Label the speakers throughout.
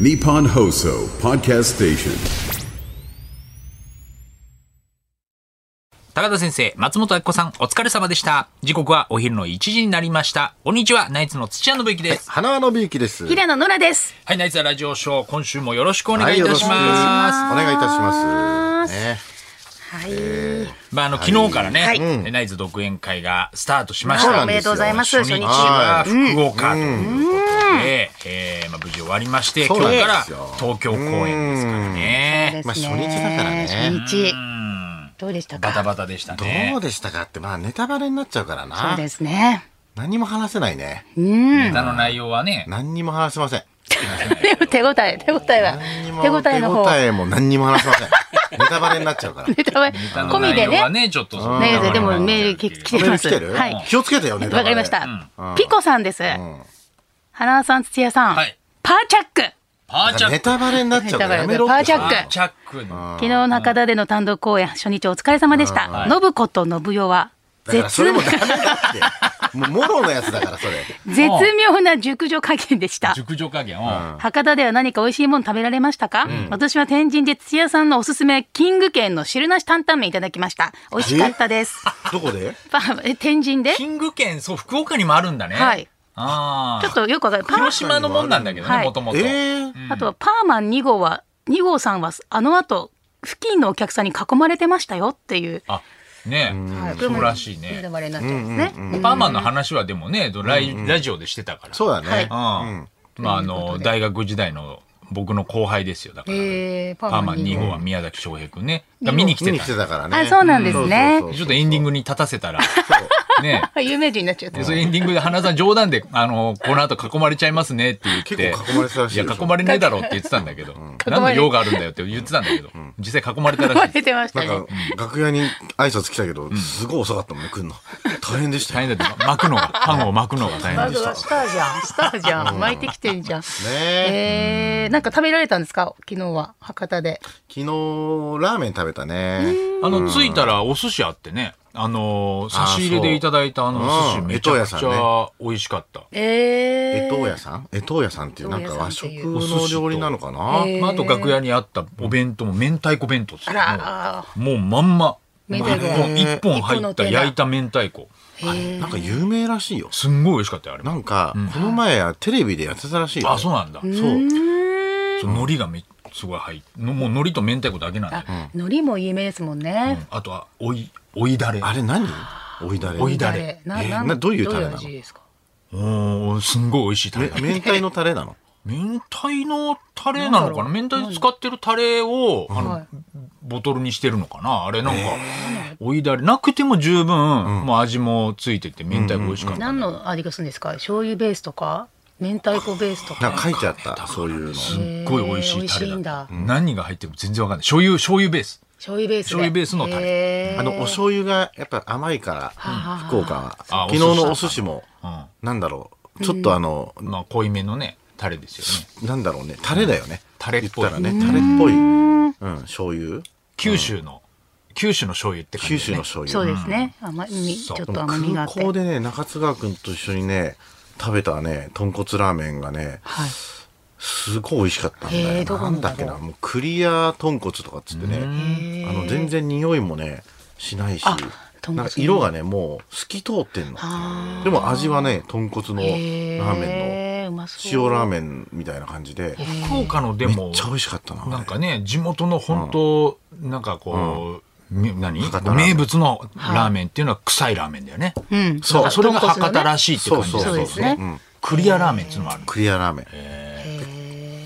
Speaker 1: Nippon Hoso Podcast Station.
Speaker 2: 高田先生、松本明子さん、お疲れ様でした。時刻はお昼の1時になりました。こんにちは、ナイツの土屋信之です。
Speaker 3: 花輪のびゆきです。
Speaker 4: 平野ノラです。
Speaker 2: はい、ナイツはラジオショー、今週もよろしくお願いいたします。
Speaker 3: お願いいたします。ね、
Speaker 4: はい、
Speaker 2: まあ、あの、昨日からね、
Speaker 4: はい
Speaker 2: えナイツ独演会がスタートしまし
Speaker 3: そう
Speaker 2: た。
Speaker 3: な
Speaker 4: お
Speaker 3: ん
Speaker 4: め
Speaker 3: で
Speaker 4: でとうございます。
Speaker 2: 初
Speaker 4: 初
Speaker 2: 日
Speaker 4: 日。
Speaker 2: は福岡ということで、えーまあ、無事終わりまして、今
Speaker 3: そう
Speaker 2: 日
Speaker 3: なんですよ
Speaker 2: から東京公演ですからね。
Speaker 3: まあ初日だからね
Speaker 4: 初日。どうでしたか。
Speaker 2: バタバタでしたね
Speaker 3: どう。でしたかって、まあネタバレになっちゃうから
Speaker 4: そう
Speaker 3: な。
Speaker 4: ですね。
Speaker 3: 何も話せないね。
Speaker 2: ネタの内容はね、
Speaker 3: 何にも話せません。
Speaker 4: でも 手応え、手応えは
Speaker 3: 何に。も
Speaker 4: 手応えの方。
Speaker 3: 手応えも何にも話せ ません。ネタバレになっちゃうから。
Speaker 4: ネタバ
Speaker 2: ネ
Speaker 4: レ
Speaker 2: タの
Speaker 4: 込み
Speaker 2: 内
Speaker 4: で
Speaker 2: 容は
Speaker 4: ね。
Speaker 2: ね、ちょっと。
Speaker 4: ねでもメールき
Speaker 3: メ
Speaker 4: 来て
Speaker 3: ール
Speaker 4: ま
Speaker 3: 来
Speaker 4: す。
Speaker 3: てる、
Speaker 4: はい。
Speaker 3: 気をつけてよ、ネタバレ。
Speaker 4: わかりまし
Speaker 3: うん
Speaker 4: た。ピコさんです。花輪さん、土屋さん
Speaker 2: はい。
Speaker 4: パーチャック。
Speaker 2: パーチャッ
Speaker 3: ネ
Speaker 2: ク。
Speaker 3: タバレになっちゃうからやめろって
Speaker 4: ネタバレパーチャッ
Speaker 2: パーチャック。
Speaker 4: 昨日中田での単独公演、初日お疲れ様でした。信子と信代は。
Speaker 3: だからそれ
Speaker 4: 絶
Speaker 3: もダメだって。もう、もろのやつだから、それ。
Speaker 4: 絶妙な熟女加減でした。
Speaker 2: 熟女加減を。
Speaker 4: 博多では何か美味しいもの食べられましたか、私は天神で土屋さんのおすすめキング軒の汁なし担々麺いただきました美味しかったです
Speaker 3: どこで
Speaker 4: パえ天神で
Speaker 2: キング県、そう、福岡にもあるんだね。
Speaker 4: はい。
Speaker 2: あ
Speaker 4: ちょっ
Speaker 2: あ。
Speaker 4: とよくわかるパ
Speaker 2: 広
Speaker 4: ー
Speaker 2: 島のもんなんだけどね、
Speaker 4: はい
Speaker 2: もともと。
Speaker 3: えー、
Speaker 4: あとはパーマン2号は2号さんはあの後付近のお客さんに囲まれてましたよっていう、
Speaker 2: あ、ねえ。そうらしいね。
Speaker 4: まれになっちゃうんですね、
Speaker 2: パーマンの話はでもね、ライラジオでしてたから。
Speaker 3: そうだね。
Speaker 4: はい
Speaker 2: うん。まあ、あの、大学時代の僕の後輩ですよ。だから。
Speaker 4: えーパ
Speaker 2: パーマン2号は宮崎翔平くんね。が見に来て
Speaker 3: 見に
Speaker 2: た。
Speaker 3: 来
Speaker 2: ち
Speaker 3: て
Speaker 2: ょ
Speaker 3: たからね。
Speaker 4: あそうなんですね
Speaker 3: そうそう
Speaker 2: っ
Speaker 3: そう
Speaker 2: とエンディングに立たせたら。ねえ。
Speaker 4: あ有名人になっちゃった
Speaker 2: で、それエンディングで花さん冗談で、あの、この後囲まれちゃいますねって言って。
Speaker 3: 結構囲まれてたらしい
Speaker 2: いや、
Speaker 3: よ。
Speaker 2: 囲まれねえだろうって言ってたんだけど、
Speaker 4: れ
Speaker 2: 何の用があるんだよって言ってたんだけど、実際囲まれた
Speaker 4: 囲ま
Speaker 2: らしい。
Speaker 4: れてました
Speaker 3: な
Speaker 4: ね
Speaker 3: んか、楽屋に挨拶来たけど、すごい遅かったもんね、来んの。大変でした
Speaker 2: 大
Speaker 3: よ。
Speaker 2: 変だって、巻くのが、パンを巻くのが大
Speaker 4: ま
Speaker 2: 変
Speaker 4: ず
Speaker 2: でし
Speaker 4: はスターじゃんスターじゃん巻いてきてんじゃん
Speaker 3: ねえ
Speaker 4: えー、なんか食べられたんですか昨日は博多で
Speaker 3: 昨日、ラーメン食べたね。
Speaker 2: た。あの、着いたらお寿司あってね、あのー、差し入れでいただいたあのお寿司
Speaker 3: うん
Speaker 2: めちゃく
Speaker 3: 江
Speaker 2: ち
Speaker 3: 藤屋
Speaker 2: ゃ美味しかった。
Speaker 3: 江
Speaker 4: え
Speaker 3: 藤屋さん江藤屋さんっていう、なんか和食の料理なのかな
Speaker 2: まああと楽屋にあったお弁当も明太子弁当ですよ
Speaker 4: あら
Speaker 2: もうもうまんま。
Speaker 4: 明
Speaker 2: もう一
Speaker 4: 太子
Speaker 2: 本、一本入った焼いた明太子。
Speaker 3: あれなんか有名らしいよ。
Speaker 2: すんごい美味しかったよ、あれ
Speaker 3: な。んか、この前、テレビでやってたらしいよ。
Speaker 2: あ、そうなんだ。そう
Speaker 3: そう。
Speaker 2: 海苔がめ、すごい入って、のもう海苔と明太子だけなんだよ。
Speaker 4: 海苔も有名ですもんね、
Speaker 2: あとは、おい、おいだれ。
Speaker 3: あれ何おいだれ。
Speaker 2: おいだれ
Speaker 4: な
Speaker 3: えー
Speaker 4: なん
Speaker 3: などういうタレなの
Speaker 4: ど味ですか
Speaker 2: おーすんごい美味しいタレ
Speaker 3: め
Speaker 2: だ。
Speaker 3: 明太のタレ なの。
Speaker 2: 明太のタレなのかな明太使ってるタレを、あの、ボトルにしてるのかなあれなんか、おいだれ、なくても十分、もう味もついてて、明太子美味しかった。
Speaker 4: 何の味がするんですか醤油ベースとか明太子ベースと
Speaker 3: なん
Speaker 4: か
Speaker 3: か書いてあった、そういうの。
Speaker 2: すっごい美味しいタ
Speaker 4: へー美味しい
Speaker 2: レ
Speaker 4: ん
Speaker 2: だ
Speaker 4: だ。
Speaker 2: 何が入ってるか全然わかんない。醤油、醤油ベース。
Speaker 4: 醤油ベースで
Speaker 2: 醤油ベースのタレ
Speaker 4: レ
Speaker 3: あの、お醤油がやっぱ甘いから、福岡は。
Speaker 2: あ
Speaker 3: 昨日のお寿司も
Speaker 2: うん、
Speaker 3: なんだろう。ちょっとあの、
Speaker 2: まあ、濃いめのね、タレですよね。
Speaker 3: なんだろうね、タレだよね。
Speaker 2: タレっぽい
Speaker 3: 言ったらね、タレっぽい。うん、醤油。
Speaker 2: 九州の、九州の醤油って感じ、
Speaker 3: 九
Speaker 2: ね。
Speaker 3: 州の醤油。
Speaker 4: そうですね甘みちょっと甘みがあ
Speaker 3: 空
Speaker 4: って
Speaker 3: 港でね、中津川くんと一緒にね、食べたね、豚骨ラーメンがね、
Speaker 4: はい、
Speaker 3: すごい美味しかったんだよ。
Speaker 4: へーどこ
Speaker 3: な
Speaker 4: の
Speaker 3: んだっけな、もうクリア豚骨とかっつってね、あの、全然匂いもね、しないし
Speaker 4: あ、豚骨
Speaker 3: なんか色がね、もう透き通ってんの。でも味はね、豚骨のラーメンの、
Speaker 4: へーうまそう
Speaker 3: 塩ラーメンみたいな感じで、
Speaker 2: 福岡ので
Speaker 3: めっ
Speaker 2: も、
Speaker 3: ちゃ美味しかったな。あれ
Speaker 2: なんかね、地元の本当、なんかこう、み何
Speaker 3: 博多ラーメン
Speaker 2: 名物のラーメンっていうのは臭いラーメンだよね。
Speaker 4: うん
Speaker 2: そう、それが博多ら
Speaker 4: し
Speaker 2: しいって感じだ
Speaker 4: そうですね
Speaker 3: ん
Speaker 2: クリアラーメンっていうのもある。
Speaker 3: クリアラーメン。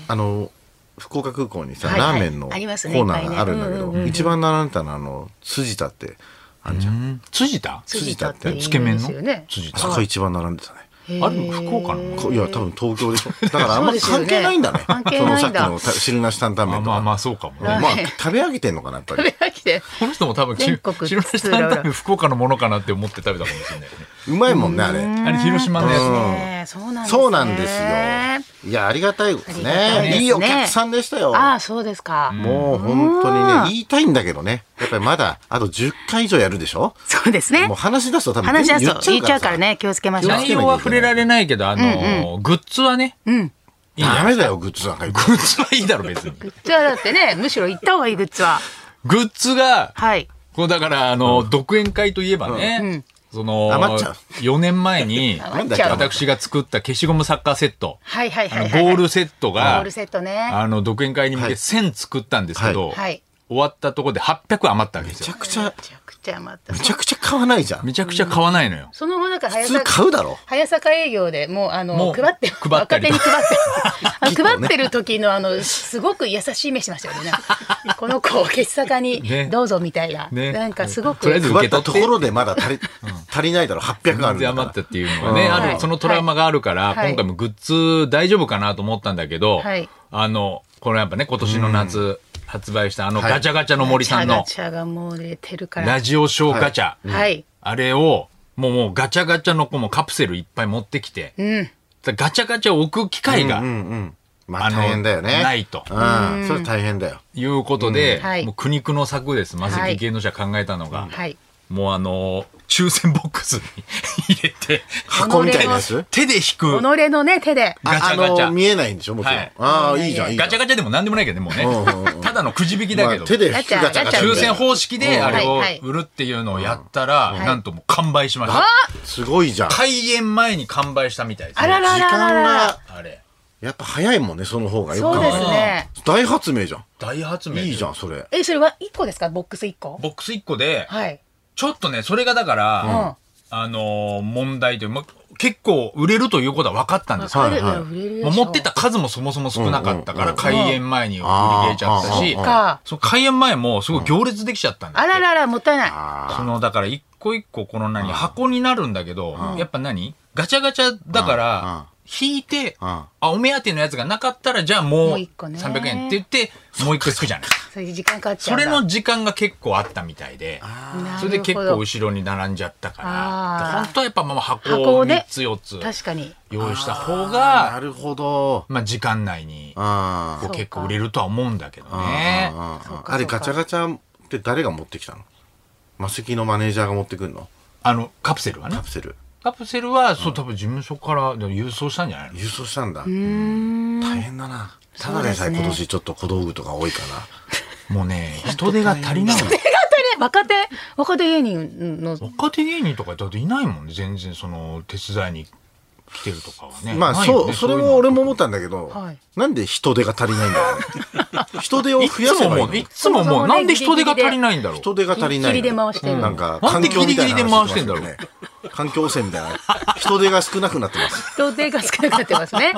Speaker 3: あの、福岡空港にさ、
Speaker 4: はいはい
Speaker 3: ラーメンのコ
Speaker 4: ありますね
Speaker 3: ーナーがあるんだけ
Speaker 4: いっぱいねうん
Speaker 3: ど
Speaker 4: うんうん、うん
Speaker 3: 一番並んでたのは、あの、辻田って、あんじゃん。
Speaker 2: 辻田
Speaker 4: 辻
Speaker 3: 田って
Speaker 2: つけ麺の
Speaker 4: 有名ですよね
Speaker 2: 辻
Speaker 3: あそ
Speaker 2: 田。
Speaker 3: こが一番並んでたね。
Speaker 2: あれも福岡のもん
Speaker 3: こいや、多分東京でしょ。 だからあんまり
Speaker 4: そう
Speaker 3: 関
Speaker 4: ですよね
Speaker 3: 係ないんだね。
Speaker 4: 関係ないんだ
Speaker 3: そのさっきのた汁なし担々
Speaker 2: まあ
Speaker 3: 麺と
Speaker 2: まあま
Speaker 3: か。
Speaker 2: あ、そうかも
Speaker 3: ま
Speaker 2: ね。
Speaker 3: あ、食べ上げてんのかな、やっぱり。
Speaker 4: 飽きて
Speaker 2: この人も多分、ち
Speaker 4: 全国
Speaker 2: 白飯担々麺福岡のものかなって思って食べたかもしれないよね。
Speaker 3: うまいもんね、あれ。
Speaker 2: あれ、広島のやつだ
Speaker 4: ねえそうなんですね
Speaker 3: そうなんですよ。いや、ありがたいです
Speaker 4: ありがたい
Speaker 3: ね。
Speaker 4: ですね
Speaker 3: いいお客さんでしたよ。
Speaker 4: ああそうですか、
Speaker 3: もう本当に
Speaker 4: う
Speaker 3: ね、
Speaker 4: ん
Speaker 3: 言いたいんだけどね。やっぱりまだ、あと10回以上やるでしょ
Speaker 4: そうですね
Speaker 3: もう話し出すと多分
Speaker 4: 話し出す
Speaker 3: 全部
Speaker 4: と言っちゃうから
Speaker 3: さ
Speaker 4: ね気をつけましょう
Speaker 2: 内容は触れられないけど、あの、グッズはね、いいんじゃ
Speaker 3: ダ
Speaker 2: ない
Speaker 3: メだよ、グッズなんか行く。
Speaker 2: グッズはいいだろ、別に。
Speaker 4: グッズはだってね、むしろ行った方がいいグッズは。
Speaker 2: グッズが、
Speaker 4: はい。
Speaker 2: こうだから、あの、独演会といえばね、その
Speaker 3: 余っちゃう、
Speaker 2: 4年前に、
Speaker 4: 余っ
Speaker 3: ちゃう
Speaker 2: 私が作った消しゴムサッカーセット、
Speaker 4: はいはい
Speaker 2: あ
Speaker 4: は
Speaker 2: の
Speaker 4: い、
Speaker 2: ゴ
Speaker 4: はい。
Speaker 2: ールセット
Speaker 4: ゴ
Speaker 2: が
Speaker 4: ール、セットね。
Speaker 2: あの、独演会に向け
Speaker 3: はい
Speaker 2: 1000作ったんですけど、
Speaker 4: はい。
Speaker 2: 終わったところで800余ったわけで
Speaker 3: め
Speaker 2: す
Speaker 3: ちゃ
Speaker 2: よ。
Speaker 3: くちゃ、
Speaker 4: めちゃくちゃまた
Speaker 3: め。ちゃくちゃ買わないじゃん。
Speaker 2: めちゃくちゃ買わないのよ。
Speaker 4: その後なんか早
Speaker 3: 普通買うだろ。
Speaker 4: 早坂営業でもうあの
Speaker 2: もう
Speaker 4: 配って
Speaker 2: 配った
Speaker 4: 若
Speaker 2: り
Speaker 4: 手に 配ってあの
Speaker 3: きっとね
Speaker 4: 配ってる時のあのすごく優しい目しましたよねなんかこの子を消し坂に
Speaker 2: ね
Speaker 4: どうぞみたいな、
Speaker 2: ね
Speaker 4: なんかすごく
Speaker 2: とりあえず
Speaker 3: 配ったところでまだ 足り、足りないだろ、800ある
Speaker 2: 全
Speaker 3: ん
Speaker 2: 然
Speaker 3: だか
Speaker 2: 余っ
Speaker 3: ら
Speaker 2: た。っていうのがね、あ
Speaker 4: は
Speaker 2: る、
Speaker 4: い
Speaker 2: そのトラウマがあるから、
Speaker 4: はい
Speaker 2: 今回もグッズ大丈夫かなと思ったんだけど、
Speaker 4: はい
Speaker 2: あの、このやっぱね、今年の夏発売したあの
Speaker 3: はい
Speaker 2: ガチャガチャの森さん
Speaker 4: ガ
Speaker 2: の
Speaker 4: チャガチャがもう出てるから
Speaker 2: ラジオショーガチャ、
Speaker 4: はい、
Speaker 2: あれを、もうもうガチャガチャの子もカプセルいっぱい持ってきて、
Speaker 4: うん
Speaker 2: ガチャガチャを置く機会が、
Speaker 3: うんうん。まあ
Speaker 2: あの
Speaker 3: 大変だよね。
Speaker 2: ないと
Speaker 3: うん。それ大変だよ。
Speaker 2: いうことで、
Speaker 4: んはい
Speaker 2: もう苦肉の策です。まず
Speaker 4: はい
Speaker 2: 芸能者考えたのが、
Speaker 4: はい
Speaker 2: もうあの抽選ボックスに入れ て、
Speaker 3: 箱みたいなやつ
Speaker 2: 手で引
Speaker 4: 己
Speaker 2: く。
Speaker 4: のね手で
Speaker 2: ガチ
Speaker 3: あ
Speaker 2: ャガチャ
Speaker 3: あの、見えないんでしょもちろん。
Speaker 2: はい
Speaker 3: ああ、いいじゃん、いいじゃ
Speaker 2: ガ
Speaker 3: ん。
Speaker 2: チャガチャでも何でもないけどね、もうね。
Speaker 3: うんうんうん
Speaker 2: ただのくじ引きだけど。
Speaker 3: まあ手で引くガチャガチャ。
Speaker 2: 抽選方式であれ
Speaker 4: は
Speaker 2: を
Speaker 4: いはい
Speaker 2: 売るっていうのをやったら、
Speaker 4: い
Speaker 2: なんともう完売しました。
Speaker 3: すごいじゃん。時
Speaker 2: 開演前に完売したみたいです、ね。
Speaker 4: あらららら
Speaker 3: 間
Speaker 4: らら
Speaker 3: が、
Speaker 2: あれ。
Speaker 3: やっぱ早いもんね、その方がよく
Speaker 4: そう
Speaker 3: 考え
Speaker 4: で
Speaker 3: た
Speaker 4: す
Speaker 3: ら
Speaker 4: ね
Speaker 3: 大発明じゃん。
Speaker 2: 大発明。
Speaker 3: いいじゃん、。それ。
Speaker 4: えそれは一個ですかボックス一個
Speaker 2: ボックス1個で、
Speaker 4: はい
Speaker 2: ちょっとね、それがだから、あのー問題という、ま、結構売れるということは分かったんですよ
Speaker 3: は
Speaker 4: あ
Speaker 3: い
Speaker 4: れ
Speaker 3: はい
Speaker 4: 売れるでし
Speaker 2: も
Speaker 4: ょ
Speaker 2: う持ってた数もそもそも少なかったか
Speaker 3: うんう
Speaker 2: ら、
Speaker 3: ん
Speaker 2: 開演前に売り切れちゃったし
Speaker 3: あーあーあー
Speaker 4: そっ、か
Speaker 2: その開演前もすごい行列できちゃったんです
Speaker 4: あらららもったいない
Speaker 2: そ
Speaker 3: あ
Speaker 2: のだから一個一個この何箱になるんだけど、やっぱ何ガチャガチャだか
Speaker 3: うんうん
Speaker 2: ら引いて、
Speaker 3: うん
Speaker 2: あお目当てのやつがなかったらじゃあもう
Speaker 4: もう一個ね
Speaker 2: 300円って言ってもう一個つくじゃない
Speaker 4: それで時間かかっちゃ
Speaker 2: そうれ
Speaker 4: んだ
Speaker 2: の時間が結構あったみたいで
Speaker 4: なるほど
Speaker 2: それで結構後ろに並んじゃったから
Speaker 4: あー
Speaker 2: 本当はやっぱまあ箱
Speaker 4: 箱
Speaker 2: を
Speaker 4: をね
Speaker 2: 3つ4つ
Speaker 4: 確かに
Speaker 2: 用意した方
Speaker 3: あ。な
Speaker 2: が
Speaker 3: るほど。
Speaker 2: まあ時間内に
Speaker 3: あ
Speaker 2: こ
Speaker 3: ー
Speaker 2: う結構売れるとは思うんだけどね
Speaker 3: あー。
Speaker 4: そうか
Speaker 3: あれ、ガチャガチャって誰が持ってきたのマセキのマネージャーが持ってくんの
Speaker 2: あのカプセルはね
Speaker 3: カプセル。
Speaker 2: カプセルはそう多分事務所からでも郵送したんじゃないの
Speaker 3: 郵送したんだ。大変だな。ただでさえ今年ちょっと小道具とか多いか
Speaker 2: もうね、人手が足りない。
Speaker 4: 若手若手芸人の
Speaker 2: 若手芸人とかだっていないもんね、全然その手伝いに来てるとかはね。
Speaker 3: ら。まあ、
Speaker 2: ないよ
Speaker 3: そ
Speaker 2: ね
Speaker 3: う、それも俺も思
Speaker 2: い
Speaker 3: ったんだけど
Speaker 4: はい、
Speaker 3: なんで人手が足りないんだ ろうね人手を増やせばいい
Speaker 2: の
Speaker 3: の
Speaker 2: いつも思う、いつも思う、なんで人手が足りないんだろう。
Speaker 3: 人手が足りない
Speaker 4: ギリギリで回してる
Speaker 3: うんなんか
Speaker 2: なん
Speaker 3: 環
Speaker 2: で
Speaker 3: 境みたい
Speaker 2: ギリ
Speaker 3: な話
Speaker 2: ギリで回してんだろう
Speaker 3: してますよね環境汚染みたいな人手が少なくなってます
Speaker 4: 人手が少なくなってますね。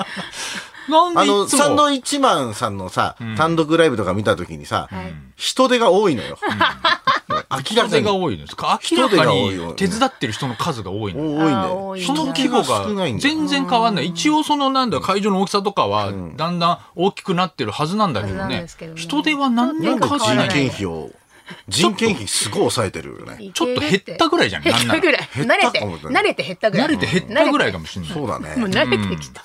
Speaker 2: なんで
Speaker 3: あ
Speaker 2: い
Speaker 3: の
Speaker 2: つも
Speaker 3: サンドイッチマンさんのさ単独ライブとか見た時にさ
Speaker 4: い
Speaker 3: 人手が多いの よ
Speaker 2: 人
Speaker 3: 明らか
Speaker 2: 手が
Speaker 3: に
Speaker 2: 多いですか明ら
Speaker 3: 人手
Speaker 2: か
Speaker 3: が多い
Speaker 2: に
Speaker 3: よ
Speaker 2: 手伝ってる人の数が多い
Speaker 3: 多い
Speaker 2: の。
Speaker 3: んだ
Speaker 4: あー
Speaker 3: よ
Speaker 4: 多いん
Speaker 3: 人
Speaker 4: だ
Speaker 2: 人
Speaker 3: の
Speaker 2: の規
Speaker 3: 規模
Speaker 2: 模
Speaker 3: が少ないん
Speaker 2: が
Speaker 3: だよ
Speaker 2: 全然変わんない。一応そのなんだ会場の大きさとかはだんだん大きくなってるはずなんだけど
Speaker 4: はずなん
Speaker 2: ね
Speaker 4: ですけど。ね
Speaker 2: 人手は何
Speaker 3: な
Speaker 2: 年
Speaker 3: んか
Speaker 2: か
Speaker 4: 変
Speaker 3: 人
Speaker 4: わらない
Speaker 3: 件費を人件費すごい抑えてるよ ね
Speaker 2: ちょっと減ったぐらいじゃん。
Speaker 4: 減
Speaker 2: な
Speaker 4: っ
Speaker 2: んなら
Speaker 4: たぐらい。
Speaker 3: 減
Speaker 4: 慣
Speaker 3: った
Speaker 4: れて、
Speaker 3: かも
Speaker 4: 慣れて減ったぐらい。
Speaker 2: 慣れて減ったぐらい
Speaker 4: 慣
Speaker 2: かもしれない。
Speaker 3: そうだ
Speaker 4: れてもう
Speaker 3: ね
Speaker 4: 慣れてきた。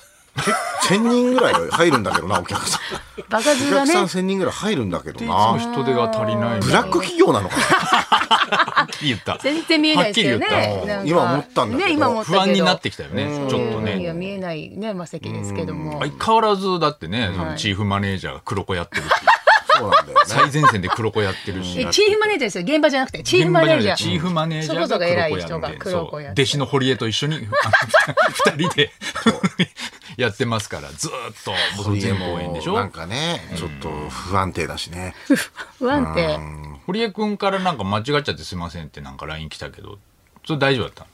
Speaker 3: 1000人ぐらい入るんだけどなお客さん
Speaker 4: バカ
Speaker 3: お
Speaker 4: ず
Speaker 3: 客
Speaker 4: がね
Speaker 3: さん。1000人ぐらい入るんだけど
Speaker 2: でいつも
Speaker 3: な
Speaker 2: 人手が足りない。
Speaker 3: ブラック企業なのかな
Speaker 2: 言った。
Speaker 4: 全然見えないですけどね
Speaker 2: はっきり言っ。
Speaker 4: なんか
Speaker 3: 今思ったんだけど
Speaker 4: ね、今思
Speaker 2: た。
Speaker 4: ったけ
Speaker 2: 不
Speaker 4: ど。
Speaker 2: 安になってきたよね、ちょっと
Speaker 4: うんい
Speaker 2: ね。
Speaker 4: や見えないね、マセキですけども。
Speaker 2: 相変わらずだってね、そのチーフマネージャーが黒子やってるし、
Speaker 3: そうなんだよね
Speaker 2: 最前線で黒子やってるし
Speaker 4: え、。チーフマネージャーですよ。現場じゃなくて、チーフマネージャー。
Speaker 2: チーフマネージャー
Speaker 4: そこそこ偉い
Speaker 2: が
Speaker 4: 人が
Speaker 2: 黒
Speaker 4: 黒
Speaker 2: 子
Speaker 4: 子
Speaker 2: や
Speaker 4: や
Speaker 2: っ
Speaker 4: っ
Speaker 2: るんでそう弟
Speaker 4: てて
Speaker 2: 子の堀江と一緒 にあの二人で やってますからずーっともうその全公演でしょ
Speaker 3: なんかね、ちょっと不安定だしね。
Speaker 4: 不安定。
Speaker 2: 堀江君からなんか間違っちゃってすいませんってなんか LINE 来たけどそれ大丈夫だった